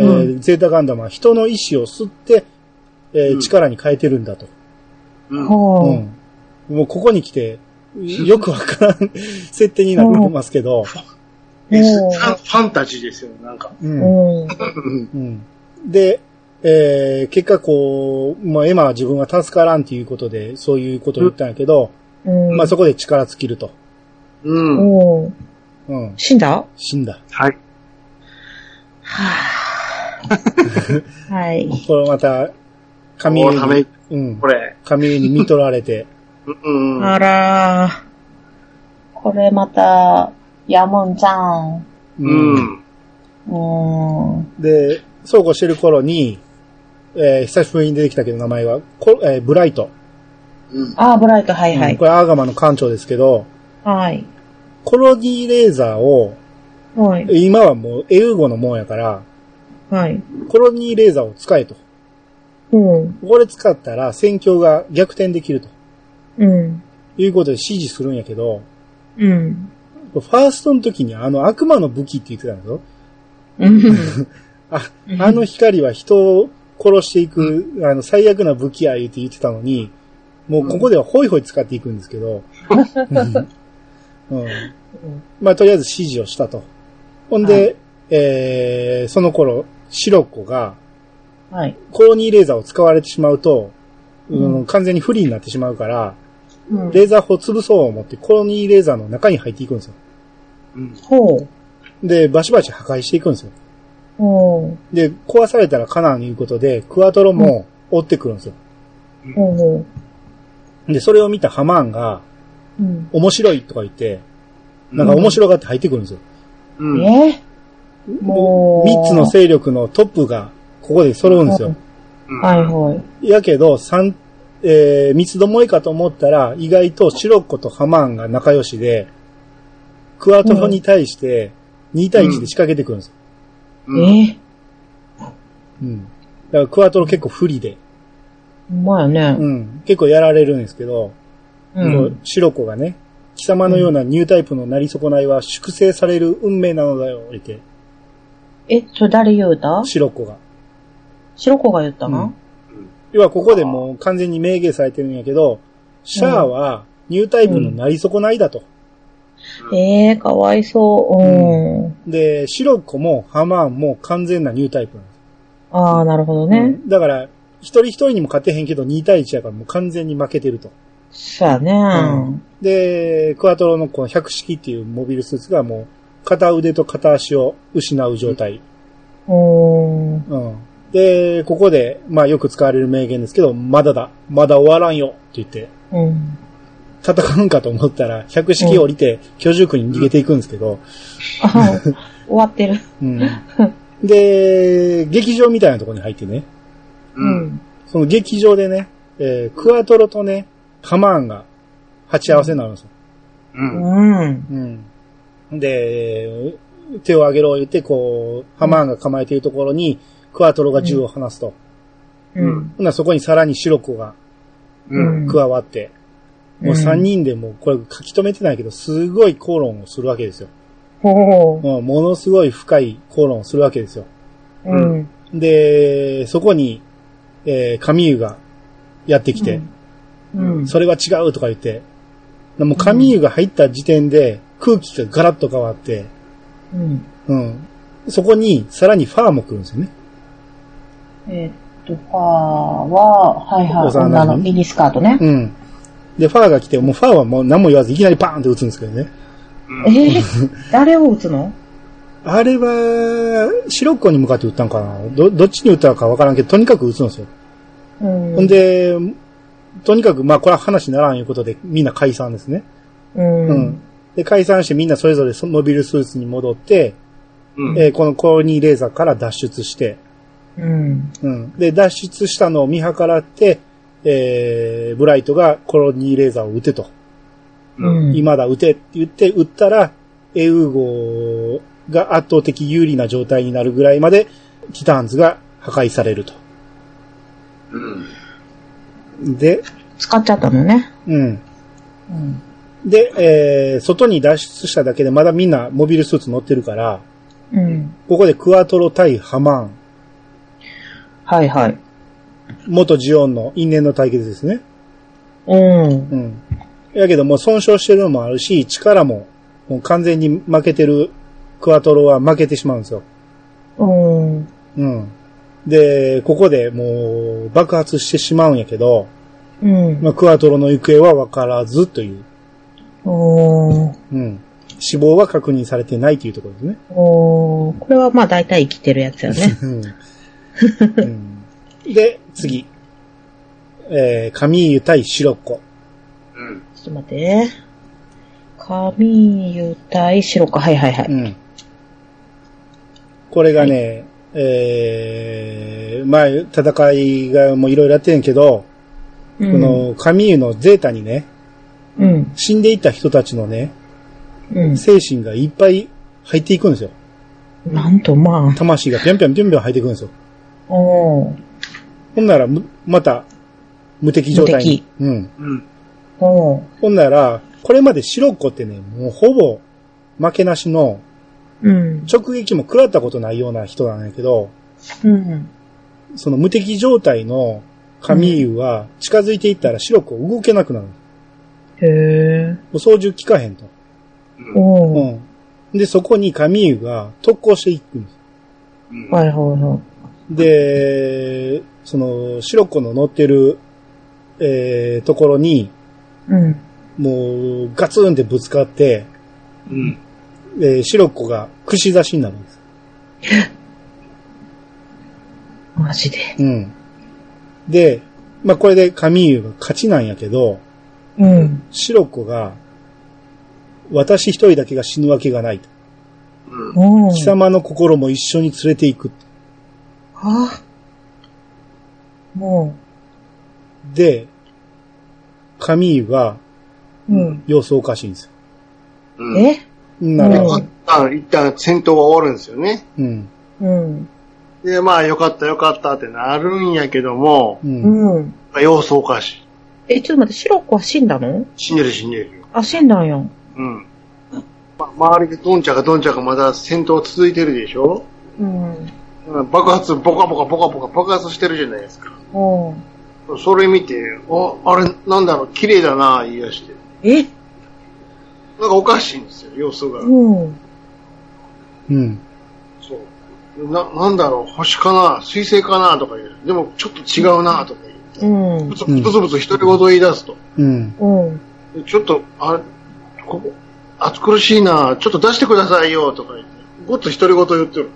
[SPEAKER 1] ータガンダムは人の意志を吸って、えー
[SPEAKER 3] うん
[SPEAKER 1] 力に変えてるんだと。
[SPEAKER 3] う
[SPEAKER 2] あ。
[SPEAKER 1] う
[SPEAKER 3] ん。
[SPEAKER 2] は
[SPEAKER 1] ん。もうここに来て、よくわからん 設定になってますけど。
[SPEAKER 3] え
[SPEAKER 2] おー
[SPEAKER 3] ファンファンタジーですよ、なんか。
[SPEAKER 1] う
[SPEAKER 2] あ。
[SPEAKER 1] ん
[SPEAKER 2] うん。
[SPEAKER 3] うん。
[SPEAKER 1] うんで、えー結果こう、まあ、エマは自分は助からんっていうことで、そういうことを言ったんやけど、
[SPEAKER 2] うん。
[SPEAKER 1] まあ、そこで力尽きると。
[SPEAKER 3] うん。
[SPEAKER 2] おー
[SPEAKER 1] うん。
[SPEAKER 2] 死んだ
[SPEAKER 1] 死んだ。
[SPEAKER 3] はい。
[SPEAKER 2] はい。
[SPEAKER 1] これまた、神
[SPEAKER 3] おーため
[SPEAKER 1] に
[SPEAKER 3] 息、
[SPEAKER 1] うん
[SPEAKER 3] こ。れ。
[SPEAKER 1] 神に見取られて、
[SPEAKER 3] うんうん。
[SPEAKER 2] あらー。これまた、やむんじゃん。
[SPEAKER 3] う。ん。
[SPEAKER 2] うーん。
[SPEAKER 1] で、そうこうしてる頃に、えー久しぶりに出てきたけど名前は、こえーブライト。
[SPEAKER 3] うん。
[SPEAKER 2] あー、ブライト、はいは
[SPEAKER 1] うん
[SPEAKER 2] い
[SPEAKER 1] こ。れアーガマの艦長ですけど、
[SPEAKER 2] はい。
[SPEAKER 1] コロディレーザーを、
[SPEAKER 2] はい。
[SPEAKER 1] 今はもうエウゴのもんやから、
[SPEAKER 2] はい。
[SPEAKER 1] コロディレーザーを使えと。
[SPEAKER 2] うん。
[SPEAKER 1] これ使ったら戦況が逆転できると
[SPEAKER 2] うん。
[SPEAKER 1] いうことで指示するんやけど、
[SPEAKER 2] うん。
[SPEAKER 1] ファーストの時にあの悪魔の武器って言ってたんですよ。
[SPEAKER 2] うん。
[SPEAKER 1] あ、あの光は人を殺していく、あの最悪な武器や言って言ってたのに、もうここではホイホイ使っていくんですけど、うんまあとりあえず指示をしたと。ほんで、
[SPEAKER 2] は
[SPEAKER 1] えー、その頃、シロコが
[SPEAKER 2] はい。
[SPEAKER 1] コロニーレーザーを使われてしまうと、うん
[SPEAKER 2] う
[SPEAKER 1] 完全に不利になってしまうから、
[SPEAKER 2] うん
[SPEAKER 1] レーザー砲潰そう思って、コロニーレーザーの中に入っていくんですよ。
[SPEAKER 3] うん。
[SPEAKER 2] ほう。
[SPEAKER 1] で、バシバシ破壊していくんですよ。
[SPEAKER 2] ほう。
[SPEAKER 1] で、壊されたらカナンいうことで、クワトロも追ってくるんですよ。
[SPEAKER 2] ほうほ
[SPEAKER 1] で、それを見たハマーンが、
[SPEAKER 2] う。うん。
[SPEAKER 1] 面白いとか言って、なんか面白がって入ってくるんですよ。
[SPEAKER 3] うん。
[SPEAKER 2] えもう。
[SPEAKER 1] 三つの勢力のトップが、ここで揃うんですよ。
[SPEAKER 3] うん
[SPEAKER 2] はいはい。
[SPEAKER 1] やけど、三、えー、三つどもえかと思ったら、意外とシロッコとハマーンが仲良しで、クワトロに対して、2対1で仕掛けてくるんですよ。
[SPEAKER 3] うん。
[SPEAKER 2] え
[SPEAKER 1] うん。だからクワトロ結構不利で。
[SPEAKER 2] ほんまやね。
[SPEAKER 1] うん。結構やられるんですけど、
[SPEAKER 2] う。
[SPEAKER 1] もうんシロコがね、貴様のようなニュータイプのなり損ないは粛清される運命なのだよ、言って、
[SPEAKER 2] え、それ誰言うた
[SPEAKER 1] シロコが。
[SPEAKER 2] 白子が言った
[SPEAKER 1] うん
[SPEAKER 2] な。
[SPEAKER 1] 要はここでもう完全に明言されてるんやけど、シャアはニュータイプのなり損ないだと。
[SPEAKER 2] ええー、かわいそう。うん。
[SPEAKER 1] で、シロコもハマーンも完全なニュータイプなんです。
[SPEAKER 2] ああ、なるほどね。
[SPEAKER 1] だから、一人一人にも勝てへんけど2対1やからもう完全に負けてると。
[SPEAKER 2] そうやね。
[SPEAKER 1] んで、クワトロのこの百式っていうモビルスーツがもう片腕と片足を失う状態。
[SPEAKER 2] うん。
[SPEAKER 1] うん。で、ここで、まあよく使われる名言ですけど、まだだ、まだ終わらんよって言って、
[SPEAKER 2] うん。
[SPEAKER 1] 戦うんかと思ったら、百式降りて、居住区に逃げていくんですけど、
[SPEAKER 2] あ終わってる。
[SPEAKER 1] うん。 で、劇場みたいなところに入ってね、
[SPEAKER 3] う。
[SPEAKER 2] うんん。
[SPEAKER 1] その劇場でね、えークワトロとね、ハマーンが鉢合わせになるんですよ。
[SPEAKER 3] うん。
[SPEAKER 2] うん。
[SPEAKER 1] うん。で、手を挙げろ言って、こう、ハマーンが構えているところに、クワトロが銃を放すと。
[SPEAKER 2] うん。
[SPEAKER 1] ほんならそこにさらにシロコが
[SPEAKER 3] うん。
[SPEAKER 1] 加わって、もう三人でもうこれ書き留めてないけど、すごい口論をするわけですよ。
[SPEAKER 2] ほ
[SPEAKER 1] うんものすごい深い口論をするわけですよ。
[SPEAKER 2] う。うん。
[SPEAKER 1] で、そこに、えー、カミーユがやってきて、
[SPEAKER 2] うんうん。
[SPEAKER 1] それは違うとか言って、もう神湯が入った時点で空気がガラッと変わって、
[SPEAKER 2] うん。
[SPEAKER 1] うん。そこにさらにファーも来るんですよね。
[SPEAKER 2] えーっと、ファーは、はいはい、
[SPEAKER 1] 幼な
[SPEAKER 2] 女
[SPEAKER 1] じみ
[SPEAKER 2] のミニスカートね。
[SPEAKER 1] うん。で、ファーが来て、もうファーはもう何も言わずいきなりパーンって撃つんですけどね。
[SPEAKER 2] えー、誰を打つの
[SPEAKER 1] あれは、白っ子に向かって撃ったんかなど、どっちに撃ったのかわからんけど、とにかく撃つんですよ。
[SPEAKER 2] うん。
[SPEAKER 1] ほんで、とにかく、まあ、これは話にならんいうことで、みんな解散ですね。
[SPEAKER 2] うん、
[SPEAKER 1] うん。で、解散してみんなそれぞれそモビルスーツに戻って、
[SPEAKER 3] うん。
[SPEAKER 1] えーこのコロニーレーザーから脱出して、
[SPEAKER 2] うん。
[SPEAKER 1] うん。で、脱出したのを見計らって、えー、ブライトがコロニーレーザーを撃てと。
[SPEAKER 2] うん。
[SPEAKER 1] 今だ撃てって言って撃ったら、エウーゴが圧倒的有利な状態になるぐらいまで、ティターンズが破壊されると。
[SPEAKER 3] うん。
[SPEAKER 1] で、
[SPEAKER 2] 使っちゃったのね。
[SPEAKER 1] うん。
[SPEAKER 2] うん。
[SPEAKER 1] で、えー、外に脱出しただけでまだみんなモビルスーツ乗ってるから、
[SPEAKER 2] うん。
[SPEAKER 1] ここでクワトロ対ハマーン、
[SPEAKER 2] はいはい。
[SPEAKER 1] 元ジオンの因縁の対決ですね。
[SPEAKER 2] うん。
[SPEAKER 1] うん。やけどもう損傷してるのもあるし、力ももう完全に負けてるクワトロは負けてしまうんですよ。
[SPEAKER 2] うん。
[SPEAKER 1] うん。で、ここでもう爆発してしまうんやけど、
[SPEAKER 2] うん。
[SPEAKER 1] まあ、クワトロの行方は分からずという。
[SPEAKER 2] おー
[SPEAKER 1] うん。死亡は確認されてないというところですね。
[SPEAKER 2] おーこれはまあ大体生きてるやつよ ね。
[SPEAKER 1] うんで、次。えー、神湯対白子。
[SPEAKER 3] うん。
[SPEAKER 2] ちょっと待ってね。髪ゆ対白か。はいはいは
[SPEAKER 1] う
[SPEAKER 2] い。
[SPEAKER 1] ん。これがね、えー、まあ、戦いがもういろいろやってんけど、
[SPEAKER 2] うん。
[SPEAKER 1] この神湯のゼータにね、
[SPEAKER 2] うん。
[SPEAKER 1] 死んでいった人たちのね、
[SPEAKER 2] うん。
[SPEAKER 1] 精神がいっぱい入っていくんですよ。
[SPEAKER 2] なんとまあ。
[SPEAKER 1] 魂がぴょんぴょんぴょんぴょん入っていくんですよ。
[SPEAKER 2] おー
[SPEAKER 1] ほんならむ、また、無敵状態に。うん。
[SPEAKER 3] うん。
[SPEAKER 2] おー
[SPEAKER 1] ほんなら、これまで白子ってね、もうほぼ、負けなしの、
[SPEAKER 2] うん。
[SPEAKER 1] 直撃も食らったことないような人なんやけど、
[SPEAKER 2] うん。
[SPEAKER 1] その無敵状態の神湯は近づいていったら白く動けなくなる。も
[SPEAKER 2] へえ。
[SPEAKER 1] う操縦効かへんと。
[SPEAKER 3] うん。
[SPEAKER 1] う
[SPEAKER 2] おー
[SPEAKER 1] ん。で、そこに神湯が特攻していくんです。
[SPEAKER 3] うん。
[SPEAKER 2] はいはいは
[SPEAKER 1] で、その、白子の乗ってる、えー、ところに、
[SPEAKER 2] い。うん。
[SPEAKER 1] もう、ガツンってぶつかって、
[SPEAKER 3] うん。
[SPEAKER 1] えー、白子が串刺しになるんです。
[SPEAKER 2] マジで。
[SPEAKER 1] うん。で、まあ、これで神湯が勝ちなんやけど、
[SPEAKER 2] うん。
[SPEAKER 1] 白子が、私一人だけが死ぬわけがないと。
[SPEAKER 3] うん。
[SPEAKER 2] おー
[SPEAKER 1] 貴様の心も一緒に連れて行く。
[SPEAKER 2] ああ。も
[SPEAKER 1] で、神湯が
[SPEAKER 2] う。うん。
[SPEAKER 1] 様子おかしいんですよ。
[SPEAKER 3] うん。
[SPEAKER 2] え
[SPEAKER 1] んなら、
[SPEAKER 2] う
[SPEAKER 1] う
[SPEAKER 2] い
[SPEAKER 1] ん
[SPEAKER 2] ん。
[SPEAKER 3] あの一旦戦闘は終わるんですよね。
[SPEAKER 1] うん。
[SPEAKER 2] うん。
[SPEAKER 3] で、まあ、よかったよかったってなるんやけども、
[SPEAKER 1] うん。
[SPEAKER 2] うん。
[SPEAKER 3] 様子おかしい。
[SPEAKER 2] え、ちょっと待って、白子は死んだの
[SPEAKER 3] 死んでる死んでるよ。
[SPEAKER 2] あ、死んだんや。
[SPEAKER 3] うん。ま、周りでどんちゃかどんちゃかまだ戦闘続いてるでしょ
[SPEAKER 2] うん。
[SPEAKER 3] うん爆発、ボカボカボカボカ爆発してるじゃないですか。
[SPEAKER 2] おー
[SPEAKER 3] それ見て、あ、あれ、なんだろう、綺麗だな、言い出して。
[SPEAKER 2] え
[SPEAKER 3] なんかおかしいんですよ、様子が。
[SPEAKER 2] うん。
[SPEAKER 1] うん。
[SPEAKER 3] そう。な、なんだろう、星かな、水星かな、とか言う。でも、ちょっと違うな、とか言う。
[SPEAKER 2] うん
[SPEAKER 3] ぶ。つぶつぶつ独り言言い出すと。
[SPEAKER 1] うん。
[SPEAKER 2] うん。
[SPEAKER 3] でちょっと、あれ、ここ、暑苦しいな、ちょっと出してくださいよ、とか言って。ごっつ独り言言ってる。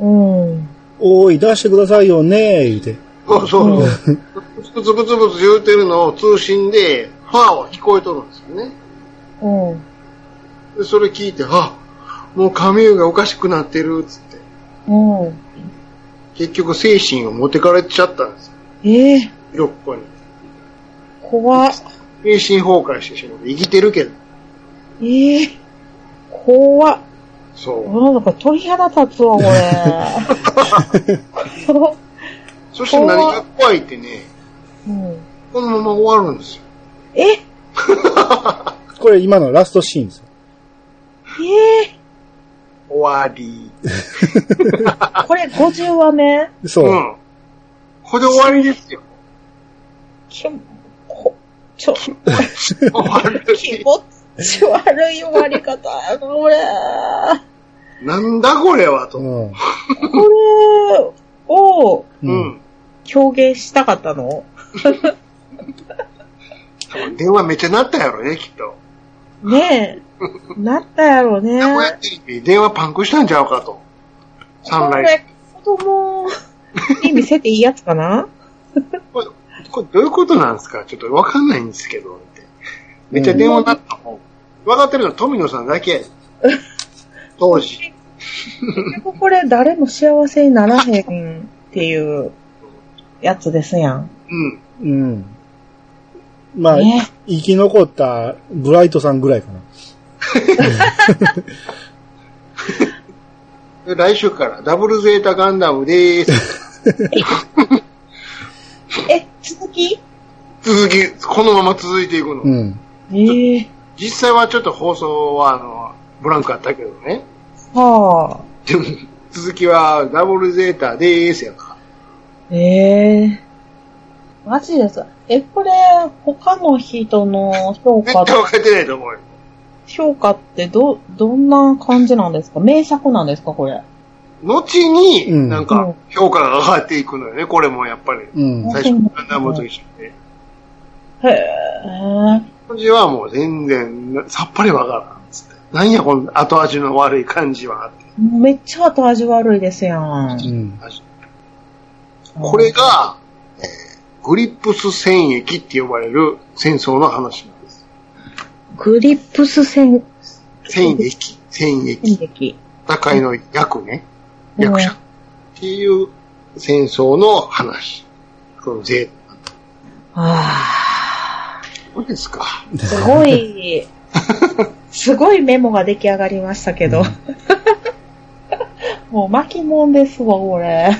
[SPEAKER 2] うん。
[SPEAKER 1] おーい、出してくださいよねー、言うて。
[SPEAKER 3] そうそうそう。ブツブツブツ言うてるのを通信で、ファーは聞こえとるんですよね。
[SPEAKER 2] うん。
[SPEAKER 3] で、それ聞いて、あ、もう髪がおかしくなってる、つって。
[SPEAKER 2] うん。
[SPEAKER 3] 結局精神を持ってかれちゃったんですよ。
[SPEAKER 2] ええ
[SPEAKER 3] 色っこに。
[SPEAKER 2] 怖っ
[SPEAKER 3] 精神崩壊してしまう。生きてるけど。
[SPEAKER 2] ええ怖っ
[SPEAKER 3] そう。
[SPEAKER 2] なんか鳥肌立つわ、これ。その、
[SPEAKER 3] そして何が怖いってね、
[SPEAKER 2] うん。
[SPEAKER 3] このまま終わるんですよ。
[SPEAKER 2] ええ
[SPEAKER 1] これ今のラストシーンですよ。
[SPEAKER 2] え
[SPEAKER 3] 終わり。
[SPEAKER 2] これ50話目
[SPEAKER 1] そう。
[SPEAKER 3] ん。これで終わりですよ。
[SPEAKER 2] きょこちょ、
[SPEAKER 3] 悪
[SPEAKER 2] 気
[SPEAKER 3] い。
[SPEAKER 2] 持ち悪い終わり方やな、これ。
[SPEAKER 3] なんだこれは、
[SPEAKER 1] う
[SPEAKER 3] と。
[SPEAKER 1] ん。
[SPEAKER 2] これを
[SPEAKER 3] う
[SPEAKER 1] うん。
[SPEAKER 3] ん。
[SPEAKER 2] 表現したかったの
[SPEAKER 3] 多分電話めっちゃ鳴ったやろね、きっと。
[SPEAKER 2] ねえ。なったやろね。
[SPEAKER 3] 名古屋テレビ電話パンクしたんちゃうかと。サン
[SPEAKER 2] こ
[SPEAKER 3] ライ
[SPEAKER 2] れ、子供に見せていいやつかな
[SPEAKER 3] ズ。これどういうことなんですかちょっとわかんないんですけど、って。めっちゃ電話鳴ったもん。わかってるのは富野さんだけ。当時。
[SPEAKER 2] 結局これ誰も幸せにならへんっていうやつですやん。
[SPEAKER 3] うん。
[SPEAKER 1] うん。まあ、
[SPEAKER 2] ね
[SPEAKER 1] 生き残ったブライトさんぐらいかな。
[SPEAKER 3] で来週からダブルゼータガンダムでーす。
[SPEAKER 2] え、続き
[SPEAKER 3] 続き、このまま続いていくの。
[SPEAKER 1] うん。
[SPEAKER 2] ええ
[SPEAKER 3] 実際はちょっと放送は、あの、ブランクあったけどね。
[SPEAKER 2] はあ。
[SPEAKER 3] でも、続きはダブルゼータでーすやんか。
[SPEAKER 2] ええマジです。え、これ、他の人の評
[SPEAKER 3] 絶
[SPEAKER 2] 価、
[SPEAKER 3] 対分かってないと思うよ。
[SPEAKER 2] 評価ってど、どんな感じなんですか名作なんですかこれ。
[SPEAKER 3] 後に、
[SPEAKER 1] うん
[SPEAKER 3] なん
[SPEAKER 2] う
[SPEAKER 3] か
[SPEAKER 2] ん、
[SPEAKER 3] 評価が上がっていくのよね。これもやっぱり、
[SPEAKER 1] うん。
[SPEAKER 3] 最初のガンダムと一緒で。
[SPEAKER 2] へえ。
[SPEAKER 3] 当時はもう全然、さっぱりわからんっつって。なんや、この後味の悪い感じはって。
[SPEAKER 2] めっちゃ後味悪いですやん。
[SPEAKER 1] うん。
[SPEAKER 3] これが、えーグリップス戦役って呼ばれる戦争の話なんです。
[SPEAKER 2] グリップス戦
[SPEAKER 3] 戦役、戦役。
[SPEAKER 2] 撃。
[SPEAKER 3] 戦いの役ね。役者。っていう戦争の話。このゼ
[SPEAKER 2] あ
[SPEAKER 3] どうですか。
[SPEAKER 2] あ、すご い、すごいメモが出来上がりましたけど。 もう巻きもんですわ、これ。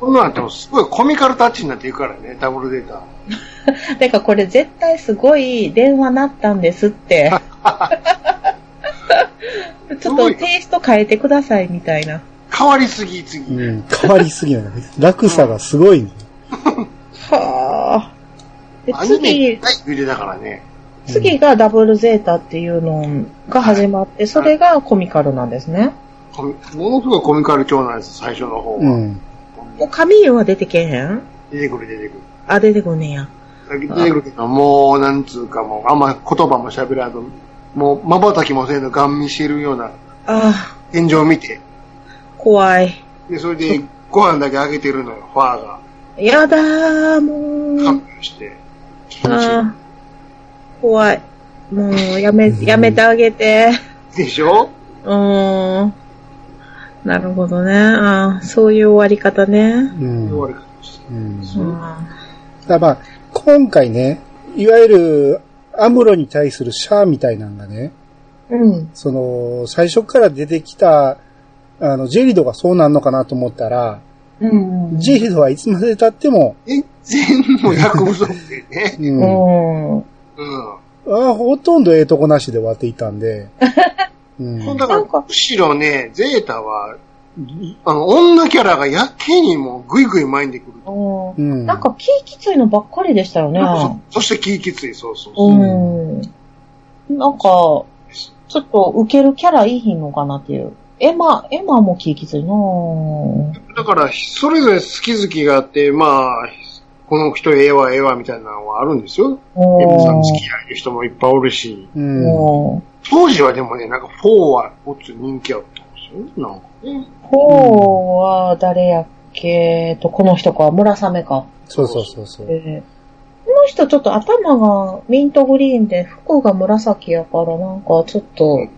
[SPEAKER 3] こんなんでもすごいコミカルタッチになっていくからね、ダブルデータ。
[SPEAKER 2] てかこれ絶対すごい電話なったんですっ て。ちょっとテイスト変えてくださいみたいな。
[SPEAKER 3] 変わりすぎ次。
[SPEAKER 1] うん。変わりすぎない。落差がすごい、ね。
[SPEAKER 2] はあ。で
[SPEAKER 3] アニメ
[SPEAKER 2] 次、
[SPEAKER 3] はい、見てたからね。
[SPEAKER 2] 次がダブルゼータっていうのが始まって、それがコミカルなんですね。
[SPEAKER 3] コミものすごいコミカル調なんです、最初の方は。
[SPEAKER 1] うん。
[SPEAKER 2] もう神優は出てけへん
[SPEAKER 3] 出てくる出てくる。
[SPEAKER 2] あ、出てこねえや。
[SPEAKER 3] 出てくるけど、もう、なんつうかもう、あんま言葉も喋らず、もう、瞬きもせんの、ガン見してるような、
[SPEAKER 2] あ
[SPEAKER 3] 天井見て。
[SPEAKER 2] あ、怖い。
[SPEAKER 3] で、それで、ご飯だけあげてるのよ、ファーが。
[SPEAKER 2] やだー、も
[SPEAKER 3] 勘
[SPEAKER 2] う。
[SPEAKER 3] 弁して。気持ちい
[SPEAKER 2] あー怖い。もう、や め、やめてあげて。
[SPEAKER 3] い。でしょ
[SPEAKER 2] うーん。なるほどね。あーそういう終わり方ね。
[SPEAKER 1] うん。
[SPEAKER 3] 言
[SPEAKER 1] うん。
[SPEAKER 3] われ方して。
[SPEAKER 2] うん
[SPEAKER 1] だからまあ、今回ね、いわゆる、アムロに対するシャアみたいなんがね、
[SPEAKER 2] うん。
[SPEAKER 1] その、最初から出てきた、あの、ジェリドがそうなんのかなと思ったら、
[SPEAKER 2] うん。
[SPEAKER 1] ジェリドはいつまで経っても、。
[SPEAKER 3] 全然もう役不足でね
[SPEAKER 1] うん、あ
[SPEAKER 2] うん。
[SPEAKER 3] うん。
[SPEAKER 1] ーほとんどええとこなしで終わっていたんで、うん
[SPEAKER 3] ほんだか、
[SPEAKER 2] なんから
[SPEAKER 3] むしろね、ゼータは、あの、女キャラがやけにもうぐいぐい前に来る。
[SPEAKER 2] うん
[SPEAKER 1] うん
[SPEAKER 2] なんか、キーきついのばっかりでしたよね。
[SPEAKER 3] そそしてキーきつい、そうそうそう。
[SPEAKER 2] うん。なんか、ちょっと受けるキャラいいひんのかなっていう。エマ、エマも気きついなぁ。
[SPEAKER 3] だから、それぞれ好き好きがあって、まあ、この人ええわええわみたいなのはあるんですよ。
[SPEAKER 2] お
[SPEAKER 3] エムさん
[SPEAKER 2] ー
[SPEAKER 3] 付き合いの人もいっぱいおるし。
[SPEAKER 1] うん。
[SPEAKER 2] おー
[SPEAKER 3] 当時はでもね、なんか4はごっつ人気あったんですよ。なんかね。
[SPEAKER 2] ほうは誰やっけと、この人か、村雨か。
[SPEAKER 1] そうそうそうそう。
[SPEAKER 2] えーこの人ちょっと頭がミントグリーンで服が紫やからなんかちょっと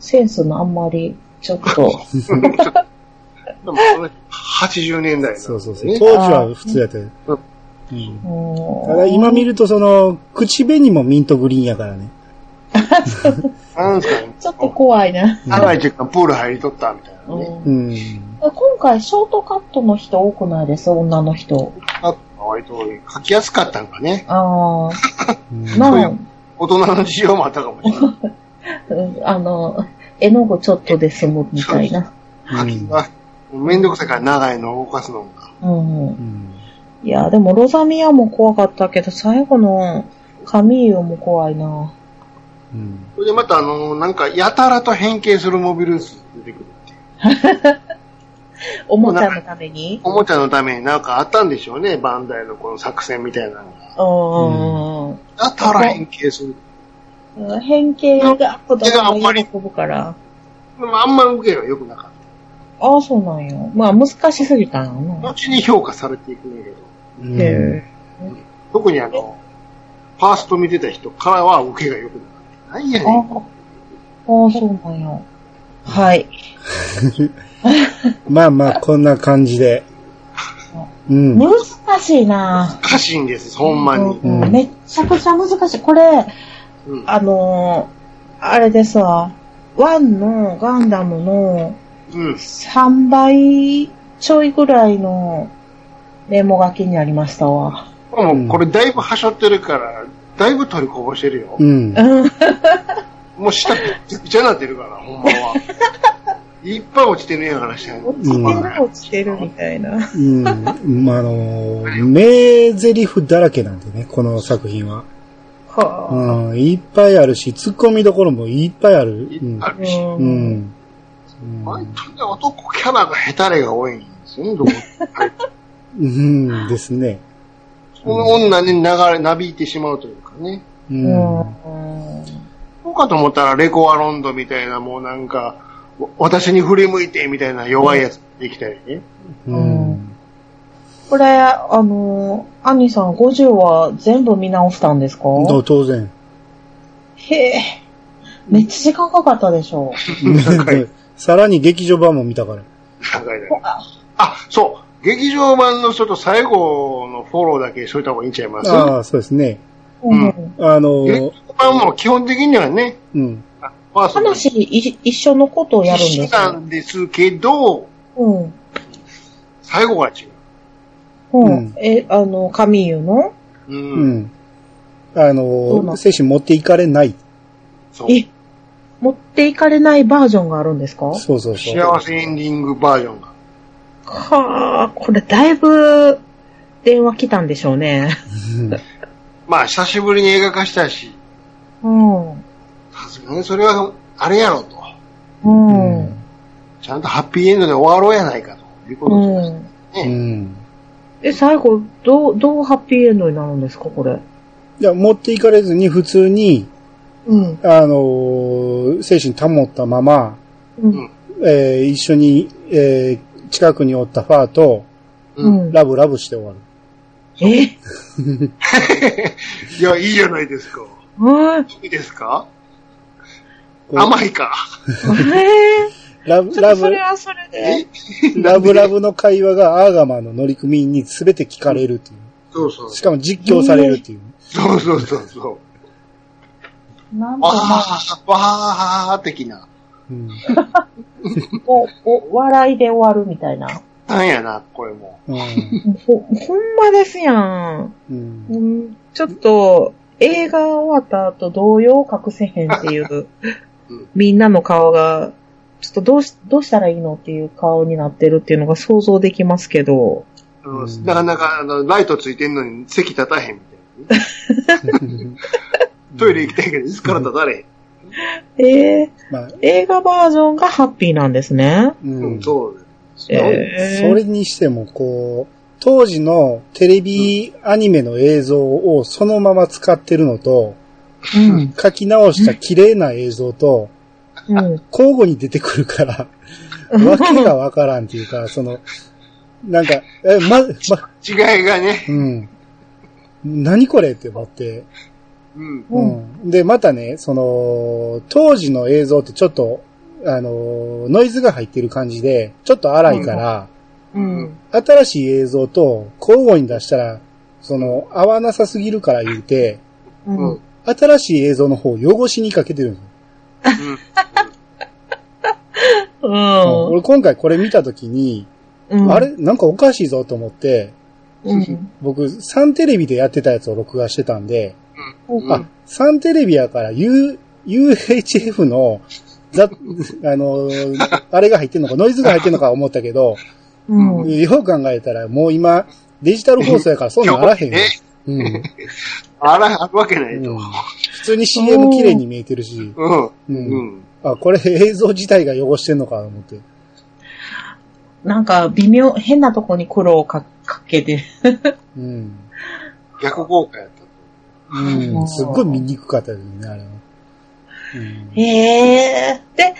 [SPEAKER 2] センスのあんまりちょっと。
[SPEAKER 3] でもそれ80年代なんで、ね。
[SPEAKER 1] そうそうそう。当時は普通やったよ
[SPEAKER 3] あー
[SPEAKER 1] うん。た
[SPEAKER 2] た
[SPEAKER 1] だ今見るとその、口紅もミントグリーンやからね。
[SPEAKER 3] なんすかね。
[SPEAKER 2] ちょっと怖いね。
[SPEAKER 3] 長い時間プール入りとったみたいなね。
[SPEAKER 2] うん
[SPEAKER 1] うん。
[SPEAKER 2] 今回ショートカットの人多くないです女の人。
[SPEAKER 3] あ割と書きやすかったんかね。
[SPEAKER 2] ああ、
[SPEAKER 1] うん
[SPEAKER 2] ま
[SPEAKER 3] そう
[SPEAKER 2] あ
[SPEAKER 3] よ、大人の事情もあったかもしれない。
[SPEAKER 2] うんあの、絵の具ちょっとで済むみたいな。
[SPEAKER 3] 書きが、めんどくさいから長いのを動かすのが。
[SPEAKER 2] うん
[SPEAKER 1] う。ん
[SPEAKER 2] いや、でもロザミアも怖かったけど、最後のカミーユも怖いな。
[SPEAKER 1] うん。
[SPEAKER 3] それでまたあの、なんか、やたらと変形するモビルスーツ出てくるっていう。
[SPEAKER 2] おもちゃのために
[SPEAKER 3] おもちゃのためになんかあったんでしょうね、バンダイのこの作戦みたいなのが。
[SPEAKER 2] うーん。
[SPEAKER 3] やたら変形する。
[SPEAKER 2] 変形が子供が喜ぶから。
[SPEAKER 3] でもあんまり受けが良くなかっ
[SPEAKER 2] ああ、そうなんよ。まあ、難しすぎたな。
[SPEAKER 3] た。後に評価されていくんだけど、
[SPEAKER 1] うん
[SPEAKER 2] へ
[SPEAKER 3] 特にあの、ファースト見てた人からは受けが良くなかった。なんや
[SPEAKER 2] え。
[SPEAKER 3] ね
[SPEAKER 2] あ
[SPEAKER 3] ん
[SPEAKER 2] あ、。そうなんよ。はい。
[SPEAKER 1] まあまあ、こんな感じで。うん。
[SPEAKER 2] 難しいな。
[SPEAKER 3] 難しいんです、ほんまに。
[SPEAKER 2] うん
[SPEAKER 1] うん
[SPEAKER 2] めっちゃくちゃ難しい。これ、
[SPEAKER 3] うん。
[SPEAKER 2] あのーあれですわ。ワンのガンダムの
[SPEAKER 3] うん。
[SPEAKER 2] 3倍ちょいぐらいのメモ書きになりましたわ。
[SPEAKER 3] もうこれだいぶはしょってるから、だいぶ取りこぼしてるよ
[SPEAKER 1] う。ん。
[SPEAKER 3] もう下びっちゃびちゃになってるから、ほんま は。いっぱい落ちてるやん話やねん。
[SPEAKER 2] 落ちてる落ちてるみたいな。
[SPEAKER 1] うん。まあ、あのー、名台詞だらけなんでね、この作品は。
[SPEAKER 2] は
[SPEAKER 1] うん。いっぱいあるし、突っ込みどころもいっぱいある。うん。
[SPEAKER 3] あ
[SPEAKER 2] あ。
[SPEAKER 3] るし。
[SPEAKER 1] う
[SPEAKER 2] う
[SPEAKER 1] ん。
[SPEAKER 2] ん
[SPEAKER 1] うん
[SPEAKER 3] 割とね、男キャラが下手れが多いんですよね、どこはい
[SPEAKER 1] うんですね。
[SPEAKER 3] その 女に流れ、なびいてしまうというかね。
[SPEAKER 1] う。
[SPEAKER 2] うんん
[SPEAKER 3] そうかと思ったら、レコアロンドみたいな、もうなんか、わ私に振り向いてみたいな弱いやつできたりね。
[SPEAKER 1] うん。
[SPEAKER 2] これ、あのー、アニさん50は全部見直したんですか
[SPEAKER 1] と当然。
[SPEAKER 2] へえ。めっちゃ時間かかったでしょ。
[SPEAKER 3] 高い
[SPEAKER 1] さらに劇場版も見たから。
[SPEAKER 3] 高いねあ、そう。劇場版のちょっと最後のフォローだけしといた方がいいんちゃいます
[SPEAKER 1] ああ、そうですね。
[SPEAKER 3] うん
[SPEAKER 2] うん
[SPEAKER 1] あの
[SPEAKER 3] 劇
[SPEAKER 1] ー
[SPEAKER 3] 場、版も基本的にはね、
[SPEAKER 1] うん。
[SPEAKER 3] あファースト
[SPEAKER 2] 話い一緒のことをやるんで
[SPEAKER 3] 一緒
[SPEAKER 2] すよ
[SPEAKER 3] なんですけど、
[SPEAKER 2] うん。
[SPEAKER 3] 最後が違
[SPEAKER 2] う
[SPEAKER 1] うん
[SPEAKER 2] ん。え、あの、カミーユの
[SPEAKER 3] う。う。
[SPEAKER 1] うんん。あの
[SPEAKER 2] う
[SPEAKER 1] ー、
[SPEAKER 2] なん
[SPEAKER 1] 精神持っていかれない。
[SPEAKER 3] そう。
[SPEAKER 2] え、持っていかれないバージョンがあるんですか
[SPEAKER 1] そうそうそう。
[SPEAKER 3] 幸せエンディングバージョンが。
[SPEAKER 2] はあ、これだいぶ電話来たんでしょうね。
[SPEAKER 1] うん
[SPEAKER 3] まあ、久しぶりに映画化したし、
[SPEAKER 2] うん。うん。
[SPEAKER 3] さすがにそれは、あれやろと。
[SPEAKER 2] うん。
[SPEAKER 3] ちゃんとハッピーエンドで終わろうやないかということで、
[SPEAKER 2] うん。
[SPEAKER 1] うん。
[SPEAKER 2] え、最後、どう、どうハッピーエンドになるんですか、これ。
[SPEAKER 1] いや、持っていかれずに普通に、
[SPEAKER 2] うん。
[SPEAKER 1] あのー、精神保ったまま、
[SPEAKER 2] うん。
[SPEAKER 1] えー一緒に、えー近くにおったファーと、
[SPEAKER 2] うん。
[SPEAKER 1] ラブラブして終わる。
[SPEAKER 2] え
[SPEAKER 3] いや、いいじゃないですか。
[SPEAKER 2] うん。
[SPEAKER 3] いいですか
[SPEAKER 1] こう
[SPEAKER 3] 甘いか。
[SPEAKER 2] え
[SPEAKER 1] ラブ、
[SPEAKER 2] ー、ちょっ
[SPEAKER 1] ラ
[SPEAKER 2] と
[SPEAKER 1] ブ
[SPEAKER 2] そ、れはそれで。
[SPEAKER 1] ラブラブの会話がアーガマンの乗組員に全て聞かれるってい。
[SPEAKER 3] そうそうう。
[SPEAKER 1] しかも実況されるっていう。
[SPEAKER 3] そうそうそうそう。
[SPEAKER 2] なんか
[SPEAKER 3] わ
[SPEAKER 2] まあ、
[SPEAKER 3] ー、わー、的な。
[SPEAKER 1] うん。
[SPEAKER 2] お、お、笑いで終わるみたいな。
[SPEAKER 3] なんやな、これも。
[SPEAKER 1] うん
[SPEAKER 2] ほ、ほんまですやん。
[SPEAKER 1] うん。
[SPEAKER 2] うん、ちょっと、映画終わった後動揺を隠せへんっていう
[SPEAKER 3] うん、
[SPEAKER 2] みんなの顔が、ちょっとどうし、どうしたらいいのっていう顔になってるっていうのが想像できますけど。
[SPEAKER 3] あの
[SPEAKER 1] うん
[SPEAKER 3] なかなか、あの、ライトついてんのに席立たへんみたいなね。トイレ行きたいけど、いつから立たれ
[SPEAKER 2] ええ
[SPEAKER 1] まあ、
[SPEAKER 2] 映画バージョンがハッピーなんですね。
[SPEAKER 1] う
[SPEAKER 3] へん。
[SPEAKER 1] ん。
[SPEAKER 3] うん、そう。
[SPEAKER 2] ええ
[SPEAKER 1] それにしても、こう、当時のテレビアニメの映像をそのまま使ってるのと、
[SPEAKER 2] うん。
[SPEAKER 1] 書き直した綺麗な映像と、
[SPEAKER 2] うん。
[SPEAKER 1] 交互に出てくる から、わけがわからんっていうか、その、なんか、え、ま、ま、
[SPEAKER 3] 違いがね。
[SPEAKER 1] うん。何これって思って。
[SPEAKER 3] うん。
[SPEAKER 1] う
[SPEAKER 2] うん。
[SPEAKER 1] ん。で、またね、その、当時の映像ってちょっと、あの、ノイズが入ってる感じで、ちょっと荒いから、
[SPEAKER 2] うん。
[SPEAKER 1] 新しい映像と交互に出したら、その、合わなさすぎるから言うて、
[SPEAKER 2] う。
[SPEAKER 3] うん。うんん。
[SPEAKER 1] 新しい映像の方を汚しにかけてるんですよ
[SPEAKER 2] うん。
[SPEAKER 1] 俺今回これ見たときに、
[SPEAKER 2] うん
[SPEAKER 1] あれなんかおかしいぞと思って、
[SPEAKER 2] うん。
[SPEAKER 1] 僕、サンテレビでやってたやつを録画してたんで、
[SPEAKER 3] うん
[SPEAKER 1] あ、サンテレビやから U、UHF の、 ざ、あのー、あれが入ってんのか、ノイズが入ってんのか思ったけど、
[SPEAKER 2] うん。
[SPEAKER 1] よう考えたらもう今、デジタル放送やからそんなんあら へんよ。うん。
[SPEAKER 3] あら、あるわけないと。
[SPEAKER 1] うん普通に CM 綺麗に見えてるし、
[SPEAKER 3] うん。
[SPEAKER 1] う。
[SPEAKER 3] うんん。
[SPEAKER 1] あ、これ映像自体が汚してんのかと思って。
[SPEAKER 2] なんか微妙、変なとこに黒をかかけて。
[SPEAKER 1] うん。
[SPEAKER 3] 逆効果やったと。
[SPEAKER 1] うん。すっごい見にくかったですね、あれは。
[SPEAKER 2] へえー。で、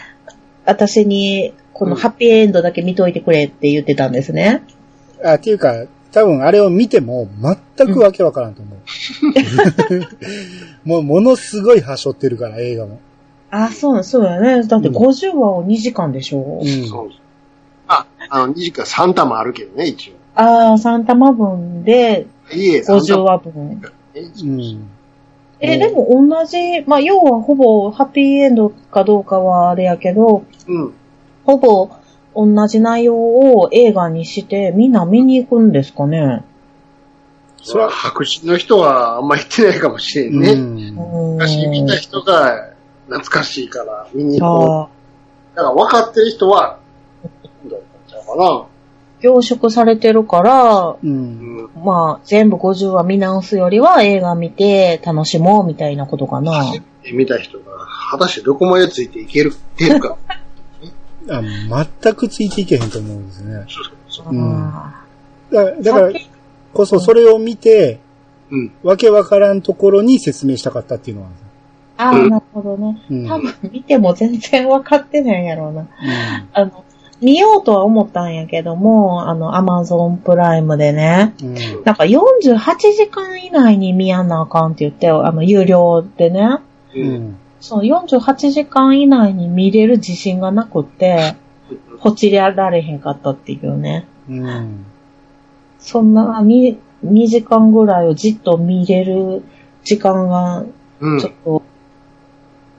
[SPEAKER 2] 私に、このハッピーエンドだけ見といてくれって言ってたんですね。
[SPEAKER 1] うん。あ、っていうか、多分あれを見ても全くわけわからんと思う。もうものすごい端折ってるから、映画も。
[SPEAKER 2] あ、そうな、そうだよね。だって
[SPEAKER 1] うん
[SPEAKER 2] 50話を2時間でしょ、
[SPEAKER 1] うん。
[SPEAKER 3] そうそう。あ、あの、2時間3玉あるけどね、一応。
[SPEAKER 2] ああ、3玉分で
[SPEAKER 3] いえ、3
[SPEAKER 2] 50
[SPEAKER 3] 玉。
[SPEAKER 2] 話分。
[SPEAKER 3] え
[SPEAKER 1] うん。
[SPEAKER 2] え、
[SPEAKER 1] うん
[SPEAKER 2] でも同じ、まあ、要はほぼハッピーエンドかどうかはあれやけど、
[SPEAKER 3] うん。
[SPEAKER 2] ほぼ同じ内容を映画にしてみんな見に行くんですかね。
[SPEAKER 1] そら
[SPEAKER 3] 白人の人はあんま行ってないかもしれん
[SPEAKER 1] う
[SPEAKER 3] ね。
[SPEAKER 1] ん
[SPEAKER 3] 昔見た人が懐かしいから見に行こ
[SPEAKER 2] ああ、
[SPEAKER 3] う。だから分かってる人は、どうだったんちゃうかな。
[SPEAKER 2] 凝縮されてるから、
[SPEAKER 1] う。
[SPEAKER 3] うんん。
[SPEAKER 2] まあ、全部50話見直すよりは映画見て楽しもうみたいなことかな。
[SPEAKER 3] で見た人が、果たしてどこまでついていける、てるか。
[SPEAKER 1] あ、全くついていけへんと思うんですね。
[SPEAKER 3] そうそうそう。
[SPEAKER 1] うん
[SPEAKER 2] あ
[SPEAKER 1] だ
[SPEAKER 2] ー
[SPEAKER 1] だからこそそれを見て、
[SPEAKER 3] うん。
[SPEAKER 1] わけわからんところに説明したかったっていうのはあ
[SPEAKER 2] あー、なるほどね。
[SPEAKER 1] るんです
[SPEAKER 2] 多
[SPEAKER 1] よ。
[SPEAKER 2] 分見ても全然分かってないやろうな。
[SPEAKER 1] うん。
[SPEAKER 2] あの、見ようとは思ったんやけども、あの、アマゾンプライムでね、
[SPEAKER 1] うん。うん
[SPEAKER 2] なんか48時間以内に見やんなあかんって言って、あの、有料でね、
[SPEAKER 3] う。
[SPEAKER 1] うんん。
[SPEAKER 2] その48時間以内に見れる自信がなくて、こちられへんかったっていうね。
[SPEAKER 1] うん。
[SPEAKER 2] そんな2、2時間ぐらいをじっと見れる時間が、
[SPEAKER 3] うん。
[SPEAKER 2] ちょっと、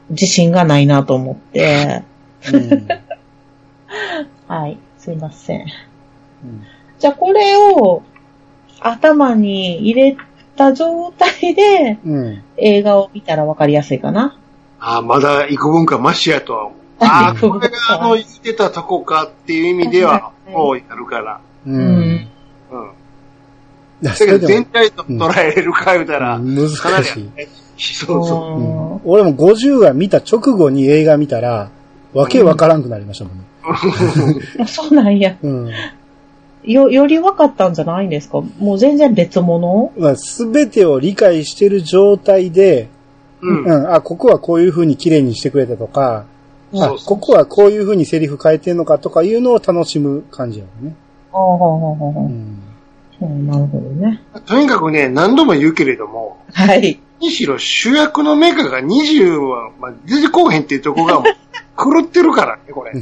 [SPEAKER 2] 自信がないなと思って、
[SPEAKER 1] うん
[SPEAKER 2] はい、すいません。じゃあこれを頭に入れた状態で
[SPEAKER 1] うん。
[SPEAKER 2] 映画を見たらわかりやすいかな。
[SPEAKER 3] ああ、まだ幾分かマシやとは思う。ああ、これがあの、言ってたとこかっていう意味では、こうやるから。
[SPEAKER 1] う。。
[SPEAKER 2] うん
[SPEAKER 3] うん。
[SPEAKER 1] だ
[SPEAKER 3] だけど全体と捉えれるか言うたら、
[SPEAKER 1] 難
[SPEAKER 3] かなり
[SPEAKER 1] しい。
[SPEAKER 3] 怪しい。そうそう。
[SPEAKER 1] うん俺も50話見た直後に映画見たら、わけわからんくなりましたもんね。
[SPEAKER 2] うんそうなんや。
[SPEAKER 1] うん。
[SPEAKER 2] よ、より分かったんじゃないんですかもう全然別物
[SPEAKER 1] まあ、すべてを理解してる状態で、
[SPEAKER 3] うん。
[SPEAKER 1] うん、あ、ここはこういう風に綺麗にしてくれたとか、
[SPEAKER 3] そうそう
[SPEAKER 1] あここはこういう風にセリフ変えてんのかとかいうのを楽しむ感じやもんね。
[SPEAKER 2] ああ、はあ、はあ、
[SPEAKER 1] う
[SPEAKER 2] は
[SPEAKER 1] ん。
[SPEAKER 2] あ。うんなるほどね。
[SPEAKER 3] とにかくね、何度も言うけれども、
[SPEAKER 2] はい。
[SPEAKER 3] むしろ主役のメカが20は、まあ、出てこうへんっていうとこ がもう、狂ってるからね、これ。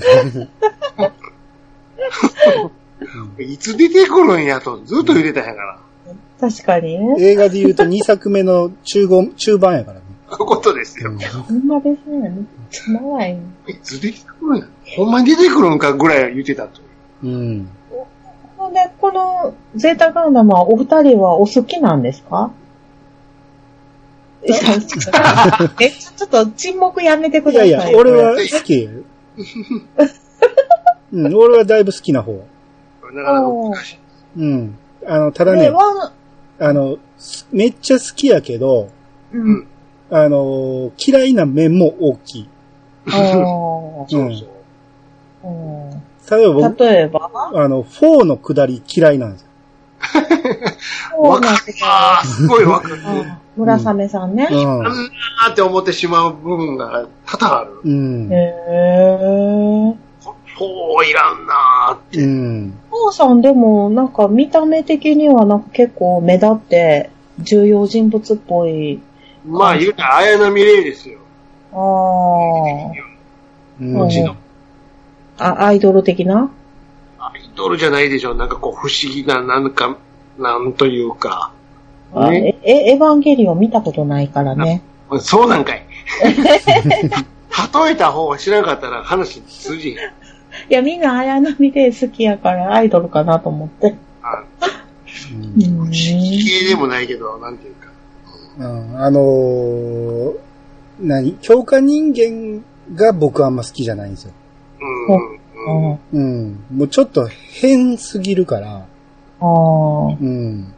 [SPEAKER 3] いつ出てくるんやと、ずっと言うてたんやから。
[SPEAKER 2] 確かにね。
[SPEAKER 1] 映画で 言うと2作目の中後、中盤やからね。
[SPEAKER 3] そういうことですよ。
[SPEAKER 2] ほんまですね。めっちゃ長い。
[SPEAKER 3] いつ出てくるんや。ほんまに出てくるんかぐらいは言うてたと。
[SPEAKER 1] うん。
[SPEAKER 2] ほんで、このゼータガンダムはお二人はお好きなんですかいやちょっとえ、ちょっと沈黙やめてく
[SPEAKER 1] い
[SPEAKER 2] だ
[SPEAKER 1] や
[SPEAKER 2] さい。
[SPEAKER 1] いや、俺は好き。 うん、俺はだいぶ好きな方。
[SPEAKER 3] なかなか難しい。
[SPEAKER 1] うん。あの、ただ
[SPEAKER 2] ね、
[SPEAKER 1] ね、
[SPEAKER 2] ワ
[SPEAKER 1] あの、すめっちゃ好きやけど、
[SPEAKER 2] ン、う
[SPEAKER 3] うん
[SPEAKER 2] ん。
[SPEAKER 1] あの、嫌いな面も大きい。
[SPEAKER 2] あー
[SPEAKER 3] そうそう。
[SPEAKER 2] うん
[SPEAKER 1] 例えば僕、
[SPEAKER 2] 例えば
[SPEAKER 1] あの、4の下り嫌いなんですよ。
[SPEAKER 3] わかるわーすごいわかる。
[SPEAKER 2] あー村雨さんね。
[SPEAKER 3] あんなーって思ってしまう部分が多々ある。
[SPEAKER 1] うん。うん。
[SPEAKER 2] へー。
[SPEAKER 3] そういらんなーって。
[SPEAKER 1] うん。
[SPEAKER 2] 父さんでも、なんか見た目的にはなんか結構目立って重要人物っぽい。
[SPEAKER 3] まあ言うたら綾波レイですよ。
[SPEAKER 2] ああ。
[SPEAKER 1] うん。
[SPEAKER 2] うちのあ、アイドル的な
[SPEAKER 3] アイドルじゃないでしょ。なんかこう不思議な、なんか、なんというか。
[SPEAKER 2] あえ
[SPEAKER 3] ね、
[SPEAKER 2] えエヴァンゲリオン見たことないからね。
[SPEAKER 3] そうなんかい。例えた方が知らんかったら話通じへん。
[SPEAKER 2] いや、みんな綾波で好きやからアイドルかなと思って。
[SPEAKER 3] あ
[SPEAKER 1] うん
[SPEAKER 2] うーん。
[SPEAKER 3] 系でもないけど、なんていうか。
[SPEAKER 1] うんあのー何強化人間が僕あんま好きじゃないんですよ。
[SPEAKER 3] うん。うん。
[SPEAKER 1] うん。もうちょっと変すぎるから、
[SPEAKER 2] ああ。
[SPEAKER 1] うん。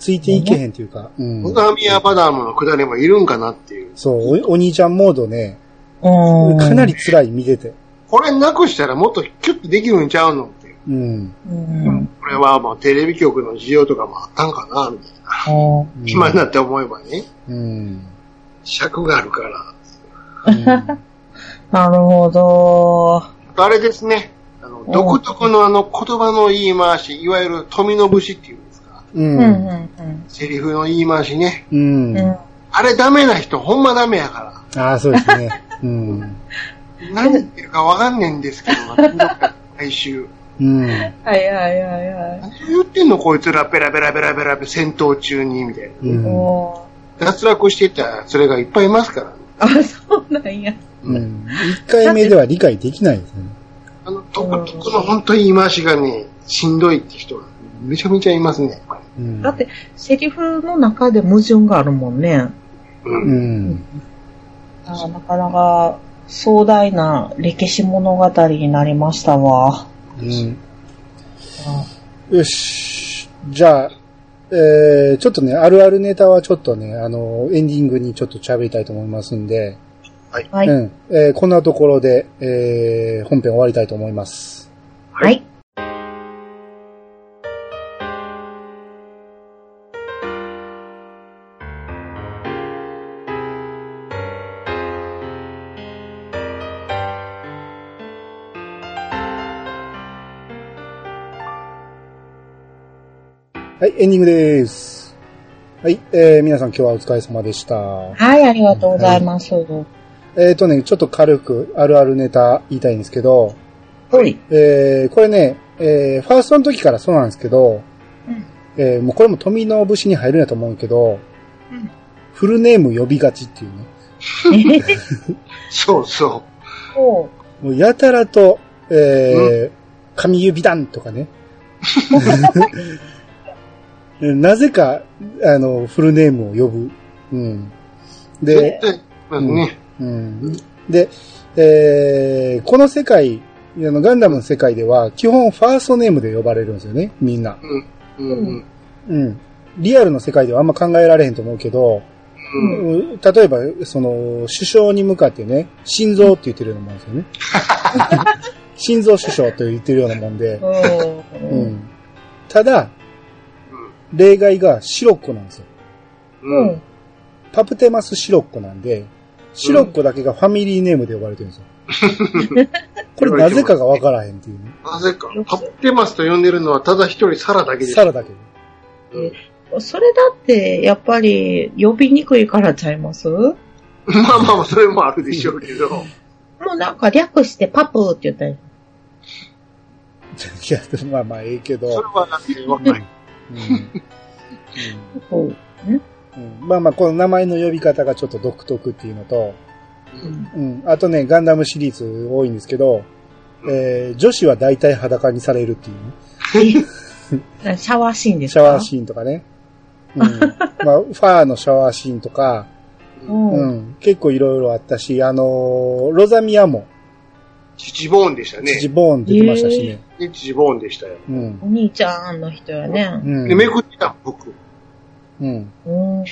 [SPEAKER 1] ついていけへんというか、うん
[SPEAKER 3] ム。ガミヤバダムの下りもいるんかなっていう。
[SPEAKER 1] そうお、お兄ちゃんモードね、
[SPEAKER 2] うん。
[SPEAKER 1] かなり。辛い、見てて。
[SPEAKER 3] これなくしたらもっとキュッとできるんちゃうのっていう。
[SPEAKER 1] うん。
[SPEAKER 2] うん。
[SPEAKER 3] これはまあテレビ局の需要とかもあったんかな、みたいな。
[SPEAKER 2] あー
[SPEAKER 1] うん
[SPEAKER 3] 今になって思えばね、
[SPEAKER 1] うん。
[SPEAKER 3] 尺があるから。
[SPEAKER 1] うん
[SPEAKER 2] なるほど。
[SPEAKER 3] あれですね、あの、
[SPEAKER 2] ん
[SPEAKER 3] 独特のあの言葉の言い回し、いわゆる富の節っていうんですか。
[SPEAKER 2] う
[SPEAKER 1] うん。
[SPEAKER 2] うんん
[SPEAKER 3] セリフの言い回しね。
[SPEAKER 1] うん。
[SPEAKER 2] うん。うん。
[SPEAKER 3] あれダメな人、ほんまダメやから。
[SPEAKER 1] ああ、そうですね。うん。
[SPEAKER 3] 何言ってるかわかんねえんですけ ど、来週。
[SPEAKER 1] うん。
[SPEAKER 2] はいはいはいは
[SPEAKER 3] 何言ってんのこいつらペラペラペラペラペラ戦闘中に、みたい
[SPEAKER 1] う
[SPEAKER 2] い。
[SPEAKER 1] ん。
[SPEAKER 2] お
[SPEAKER 3] な。脱落していったそれがいっぱいいますから、ね。
[SPEAKER 2] ーあ、そうなんや。
[SPEAKER 1] うん。一回目では理解できないですね。
[SPEAKER 3] あの、独特の本当に言い回しがね、しんどいって人がめちゃめちゃいますね。
[SPEAKER 1] うん。
[SPEAKER 2] だって、セリフの中で矛盾があるもんね。
[SPEAKER 3] う。
[SPEAKER 1] うんん。
[SPEAKER 2] あーなかなか壮大な歴史物語になりましたわ。
[SPEAKER 1] うん。
[SPEAKER 2] あ
[SPEAKER 1] よし。じゃあ、えー、ちょっとね、あるあるネタはちょっとね、あの、エンディングにちょっと喋りたいと思いますんで、
[SPEAKER 2] はい。
[SPEAKER 1] うん。えー、こんなところで、えー、本編終わりたいと思います。
[SPEAKER 2] はい。
[SPEAKER 1] はい、エンディングです。はい、えー、皆さん今日はお疲れ様でした。
[SPEAKER 2] はい、ありがとうございます。
[SPEAKER 1] えーとね、ちょっと軽くあるあるネタ言いたいんですけど、
[SPEAKER 2] はい。
[SPEAKER 1] えー、これね、えー、ファーストの時からそうなんですけど、
[SPEAKER 2] うん
[SPEAKER 1] えー、もうこれも富の節に入るんやと思うけど、
[SPEAKER 2] うん
[SPEAKER 1] フルネーム呼びがちっていうね。
[SPEAKER 3] そうそ
[SPEAKER 2] お
[SPEAKER 1] もうやたらと、えー、神指団とかね。なぜか、あの、フルネームを呼ぶ。うん。
[SPEAKER 3] う。
[SPEAKER 1] で
[SPEAKER 3] 絶、対、まあね、
[SPEAKER 1] うん。で、えー、この世界、あのガンダムの世界では、基本ファーストネームで呼ばれるんですよね、みんな。
[SPEAKER 3] うん。うん。
[SPEAKER 1] うん。リアルの世界ではあんま考えられへんと思うけど、
[SPEAKER 3] うん。
[SPEAKER 1] うん例えば、その、首相に向かってね、心臓って言ってるようなもんですよ ね。心臓首相と言ってるようなもんで、う
[SPEAKER 2] うん。
[SPEAKER 1] ん。ただ、例外がシロッコなんですよ。
[SPEAKER 3] う。
[SPEAKER 2] うんん。
[SPEAKER 1] パプテマスシロッコなんで、シロッコだけがファミリーネームで呼ばれてるんですよ。 これなぜかがわからへんっていう、ね、
[SPEAKER 3] なぜか、パッテマスと呼んでるのはただ一人サラだけです。
[SPEAKER 1] サラだけで。
[SPEAKER 3] うん
[SPEAKER 2] それだって、やっぱり、呼びにくいからちゃいますも
[SPEAKER 3] まあまあまあ、それもあるでしょうけど。
[SPEAKER 2] うなんか略してパプーって言ったり。
[SPEAKER 1] いや、でもまあまあええけど。
[SPEAKER 3] それはだってわかんない。
[SPEAKER 1] うん
[SPEAKER 2] パプー
[SPEAKER 1] うんまあまあ、この名前の呼び方がちょっと独特っていうのと、
[SPEAKER 2] うん
[SPEAKER 1] うん、あとね、ガンダムシリーズ多いんですけど、えー女子は大体裸にされるっていうね、
[SPEAKER 2] なシャワーシーンです
[SPEAKER 1] シャ
[SPEAKER 2] か
[SPEAKER 1] ワーシーンとかね。 うん、まあ、ファーのシャワーシーンとか、
[SPEAKER 2] ー。
[SPEAKER 3] うん
[SPEAKER 1] うん結構いろいろあったし、あのーロザミアも、
[SPEAKER 3] 父ボーンでしたね。
[SPEAKER 1] 父ボーン出てましたしね。
[SPEAKER 3] ね父ボーンでしたよ。
[SPEAKER 1] うん
[SPEAKER 2] お。兄ちゃんの人やね。
[SPEAKER 1] うん
[SPEAKER 3] で、めくってた僕。
[SPEAKER 1] うん。
[SPEAKER 2] うん。うん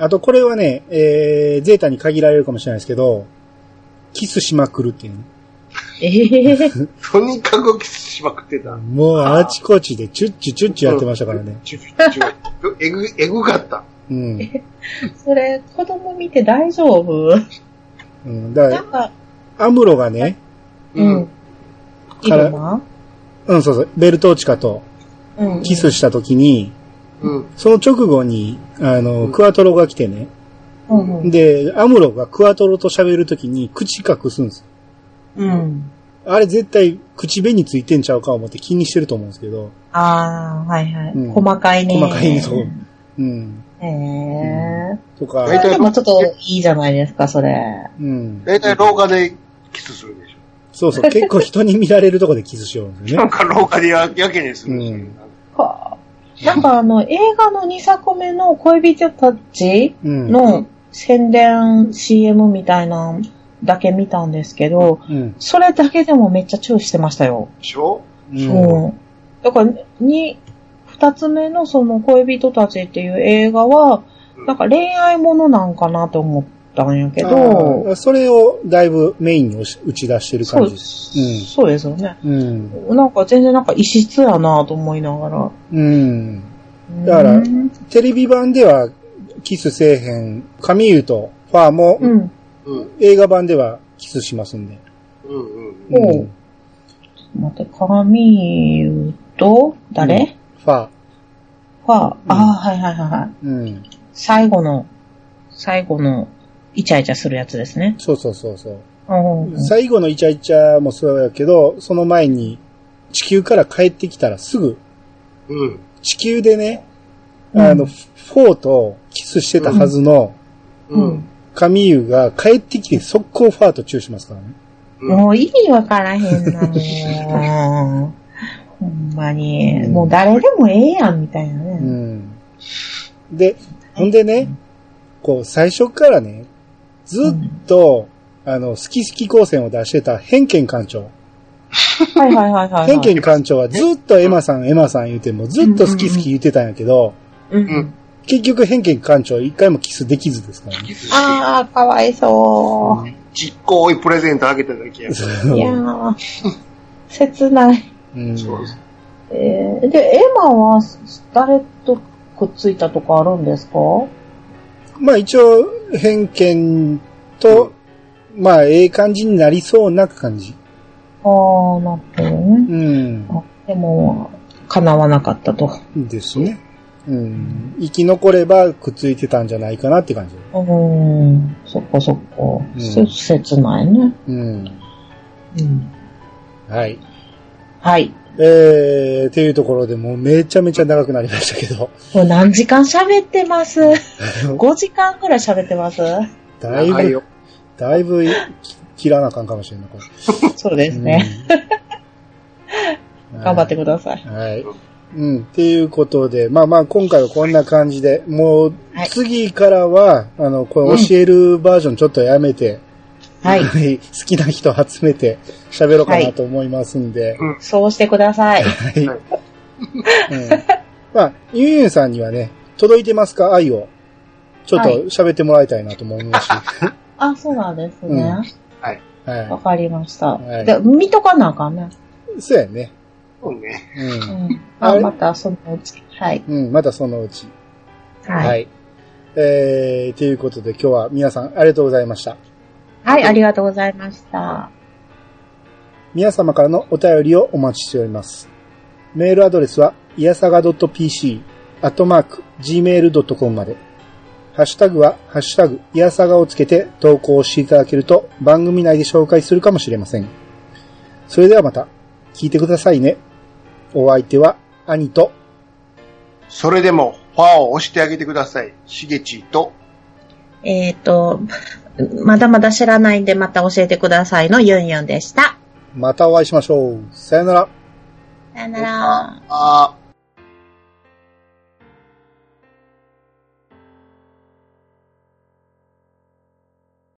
[SPEAKER 1] あと、これはね、えー、ゼータに限られるかもしれないですけど、キスしまくるっていうね。
[SPEAKER 2] え え。
[SPEAKER 3] とにかくキスしまくってた。
[SPEAKER 1] もうあちこちでチュッチュチュッチュやってましたからね。
[SPEAKER 3] チュッチュ。えぐ、えぐかった。
[SPEAKER 1] うん。
[SPEAKER 2] それ、子供見て大丈夫
[SPEAKER 1] うん、だか
[SPEAKER 2] な
[SPEAKER 1] ら
[SPEAKER 2] ん、か、
[SPEAKER 1] アムロがね、
[SPEAKER 2] うん。。いるな
[SPEAKER 1] うん、そうそう、ベルトーチカと
[SPEAKER 2] うん。
[SPEAKER 1] キスした時に、
[SPEAKER 3] うん。
[SPEAKER 1] その直後に、あの、クワトロが来てね、
[SPEAKER 2] うんうん。
[SPEAKER 1] で、アムロがクワトロと喋る時に口隠すんですよ。
[SPEAKER 2] うん。
[SPEAKER 1] あれ絶対口紅ついてんちゃうか思って気にしてると思うんですけど、
[SPEAKER 2] ああ、はいはい。
[SPEAKER 1] うん
[SPEAKER 2] 細かいね。
[SPEAKER 1] 細かいねそううん。
[SPEAKER 2] へえ。
[SPEAKER 1] と
[SPEAKER 2] そ
[SPEAKER 3] は
[SPEAKER 1] か
[SPEAKER 3] い、
[SPEAKER 2] れでもちょっといいじゃないですか、それ。
[SPEAKER 1] うん。
[SPEAKER 3] だいたい廊下でキスするでしょ。
[SPEAKER 1] そうそう、結構人に見られるとこでキスしようんですよ
[SPEAKER 3] な
[SPEAKER 1] ね
[SPEAKER 3] ん。か廊下でややけにするんですよ
[SPEAKER 1] うん
[SPEAKER 2] はあなんかあの、映画の2作目の恋人たち
[SPEAKER 1] うん。
[SPEAKER 2] の宣伝 CM みたいなんだけ見たんですけど、
[SPEAKER 1] うん。
[SPEAKER 2] それだけでもめっちゃチューしてましたよ。
[SPEAKER 3] でしょ
[SPEAKER 1] うん
[SPEAKER 2] うん。だから、に、二つ目のその恋人たちっていう映画は、なんか恋愛ものなんかなと思ったんやけど、
[SPEAKER 1] あーそれをだいぶメインに押し打ち出してる
[SPEAKER 2] そ
[SPEAKER 1] 感
[SPEAKER 2] う
[SPEAKER 1] じ
[SPEAKER 2] で
[SPEAKER 1] です。
[SPEAKER 2] す、そうですよね。
[SPEAKER 1] うん。
[SPEAKER 2] なんか全然なんか異質やなと思いながら。
[SPEAKER 1] うん。だから
[SPEAKER 2] うん
[SPEAKER 1] テレビ版ではキスせえへん、カミユとファーも、
[SPEAKER 2] うん。
[SPEAKER 3] うん。
[SPEAKER 1] 映画版ではキスしますんで。
[SPEAKER 3] うん。うん。
[SPEAKER 2] おう待って、鏡言うと、誰、
[SPEAKER 1] うんファー。
[SPEAKER 2] は、ああ、はいはいはいはい。
[SPEAKER 1] うん。
[SPEAKER 2] 最後の、最後の、イチャイチャするやつですね。
[SPEAKER 1] そうそうそうそう。
[SPEAKER 2] うん。
[SPEAKER 1] 最後のイチャイチャもそうやけど、その前に地球から帰ってきたらすぐ、
[SPEAKER 3] うん。
[SPEAKER 1] 地球でね、
[SPEAKER 2] うん
[SPEAKER 1] あの、フォーとキスしてたはずの、
[SPEAKER 3] うん。
[SPEAKER 1] カミユが帰ってきて速攻ファーとチューしますからね。
[SPEAKER 2] もう意味わからへんな、もう。ほんまに。もう誰でもええやん、みたいな
[SPEAKER 1] う
[SPEAKER 2] ね。
[SPEAKER 1] ん。で、ほんでね、こう、最初からね、ずっと、あの、好き好き光線を出してた偏見館長。
[SPEAKER 2] はいはいはいはい、
[SPEAKER 1] 偏見館長はずっとエマさん、エマさん言うても、ずっと好き好き言ってたんやけど、
[SPEAKER 2] うん。
[SPEAKER 1] 結局偏見館長一回もキスできずですからね。
[SPEAKER 2] ああ、かわいそ
[SPEAKER 3] 実行多いプレゼントあげただけや。
[SPEAKER 2] う。いやー、切ない。
[SPEAKER 1] うん
[SPEAKER 3] そうです。
[SPEAKER 2] えー、で、エマは誰とくっついたとかあるんですか
[SPEAKER 1] まあ一応、偏見と、まあええ感じになりそうな感じ。
[SPEAKER 2] ああ、なるほどね。
[SPEAKER 1] うん。
[SPEAKER 2] あでも、叶わなかったと。
[SPEAKER 1] ですね。うん。生き残ればくっついてたんじゃないかなって感じ。
[SPEAKER 2] うーん、そっかそっか。せ切ないね。
[SPEAKER 1] うん。
[SPEAKER 2] うん。
[SPEAKER 1] はい。
[SPEAKER 2] はい。
[SPEAKER 1] えー、っていうところでもうめちゃめちゃ長くなりましたけ ど、
[SPEAKER 2] これ何時間喋ってます ?5 時間くらい喋ってます
[SPEAKER 1] だいぶ、
[SPEAKER 3] よ。
[SPEAKER 1] だいぶき切らなあかんかもしれんない。これ
[SPEAKER 2] そうですね。
[SPEAKER 1] うん
[SPEAKER 2] 頑張ってください。
[SPEAKER 1] はい。うん。っていうことで、まあまあ、今回はこんな感じで、もう
[SPEAKER 2] はい、
[SPEAKER 1] 次からは、あの、これ教えるバージョンちょっとやめて、
[SPEAKER 2] は い。
[SPEAKER 1] 好きな人集めて喋ろうかなと思いますんで、
[SPEAKER 2] そうしてく ださい。
[SPEAKER 1] はい。
[SPEAKER 3] は
[SPEAKER 1] う
[SPEAKER 3] い
[SPEAKER 1] んまあ、ゆうゆうさんにはね、届いてますか愛を。ちょっと
[SPEAKER 2] はい
[SPEAKER 1] 喋ってもらいたいなと思いますし、
[SPEAKER 2] あ、そうなんですね。わ、
[SPEAKER 1] はい。
[SPEAKER 2] かりました、
[SPEAKER 1] はい
[SPEAKER 2] で。見とかなあかんね。
[SPEAKER 1] そうやね。
[SPEAKER 3] そうね。
[SPEAKER 1] う。
[SPEAKER 2] うんん。あ、
[SPEAKER 1] はい
[SPEAKER 2] またそのうち。はい。
[SPEAKER 1] うん、またそのうち。
[SPEAKER 2] はい。はい、
[SPEAKER 1] えー、ということで今日は皆さんありがとうございました。
[SPEAKER 2] ありがとうございました。
[SPEAKER 1] 皆様からのお便りをお待ちしております。メールアドレスは、いやさが .pc、アットマーク、gmail.com まで。ハッシュタグは、ハッシュタグ、いやさがをつけて投稿していただけると、番組内で紹介するかもしれません。それではまた、聞いてくださいね。お相手は、兄と、
[SPEAKER 3] それでも、ファーを押してあげてください。しげちと、
[SPEAKER 2] えっ、と、まだまだ知らないんでまた教えてくださいのユンユンでした。
[SPEAKER 1] またお会いしましょう。さよなら。
[SPEAKER 2] さよなら。
[SPEAKER 3] あー。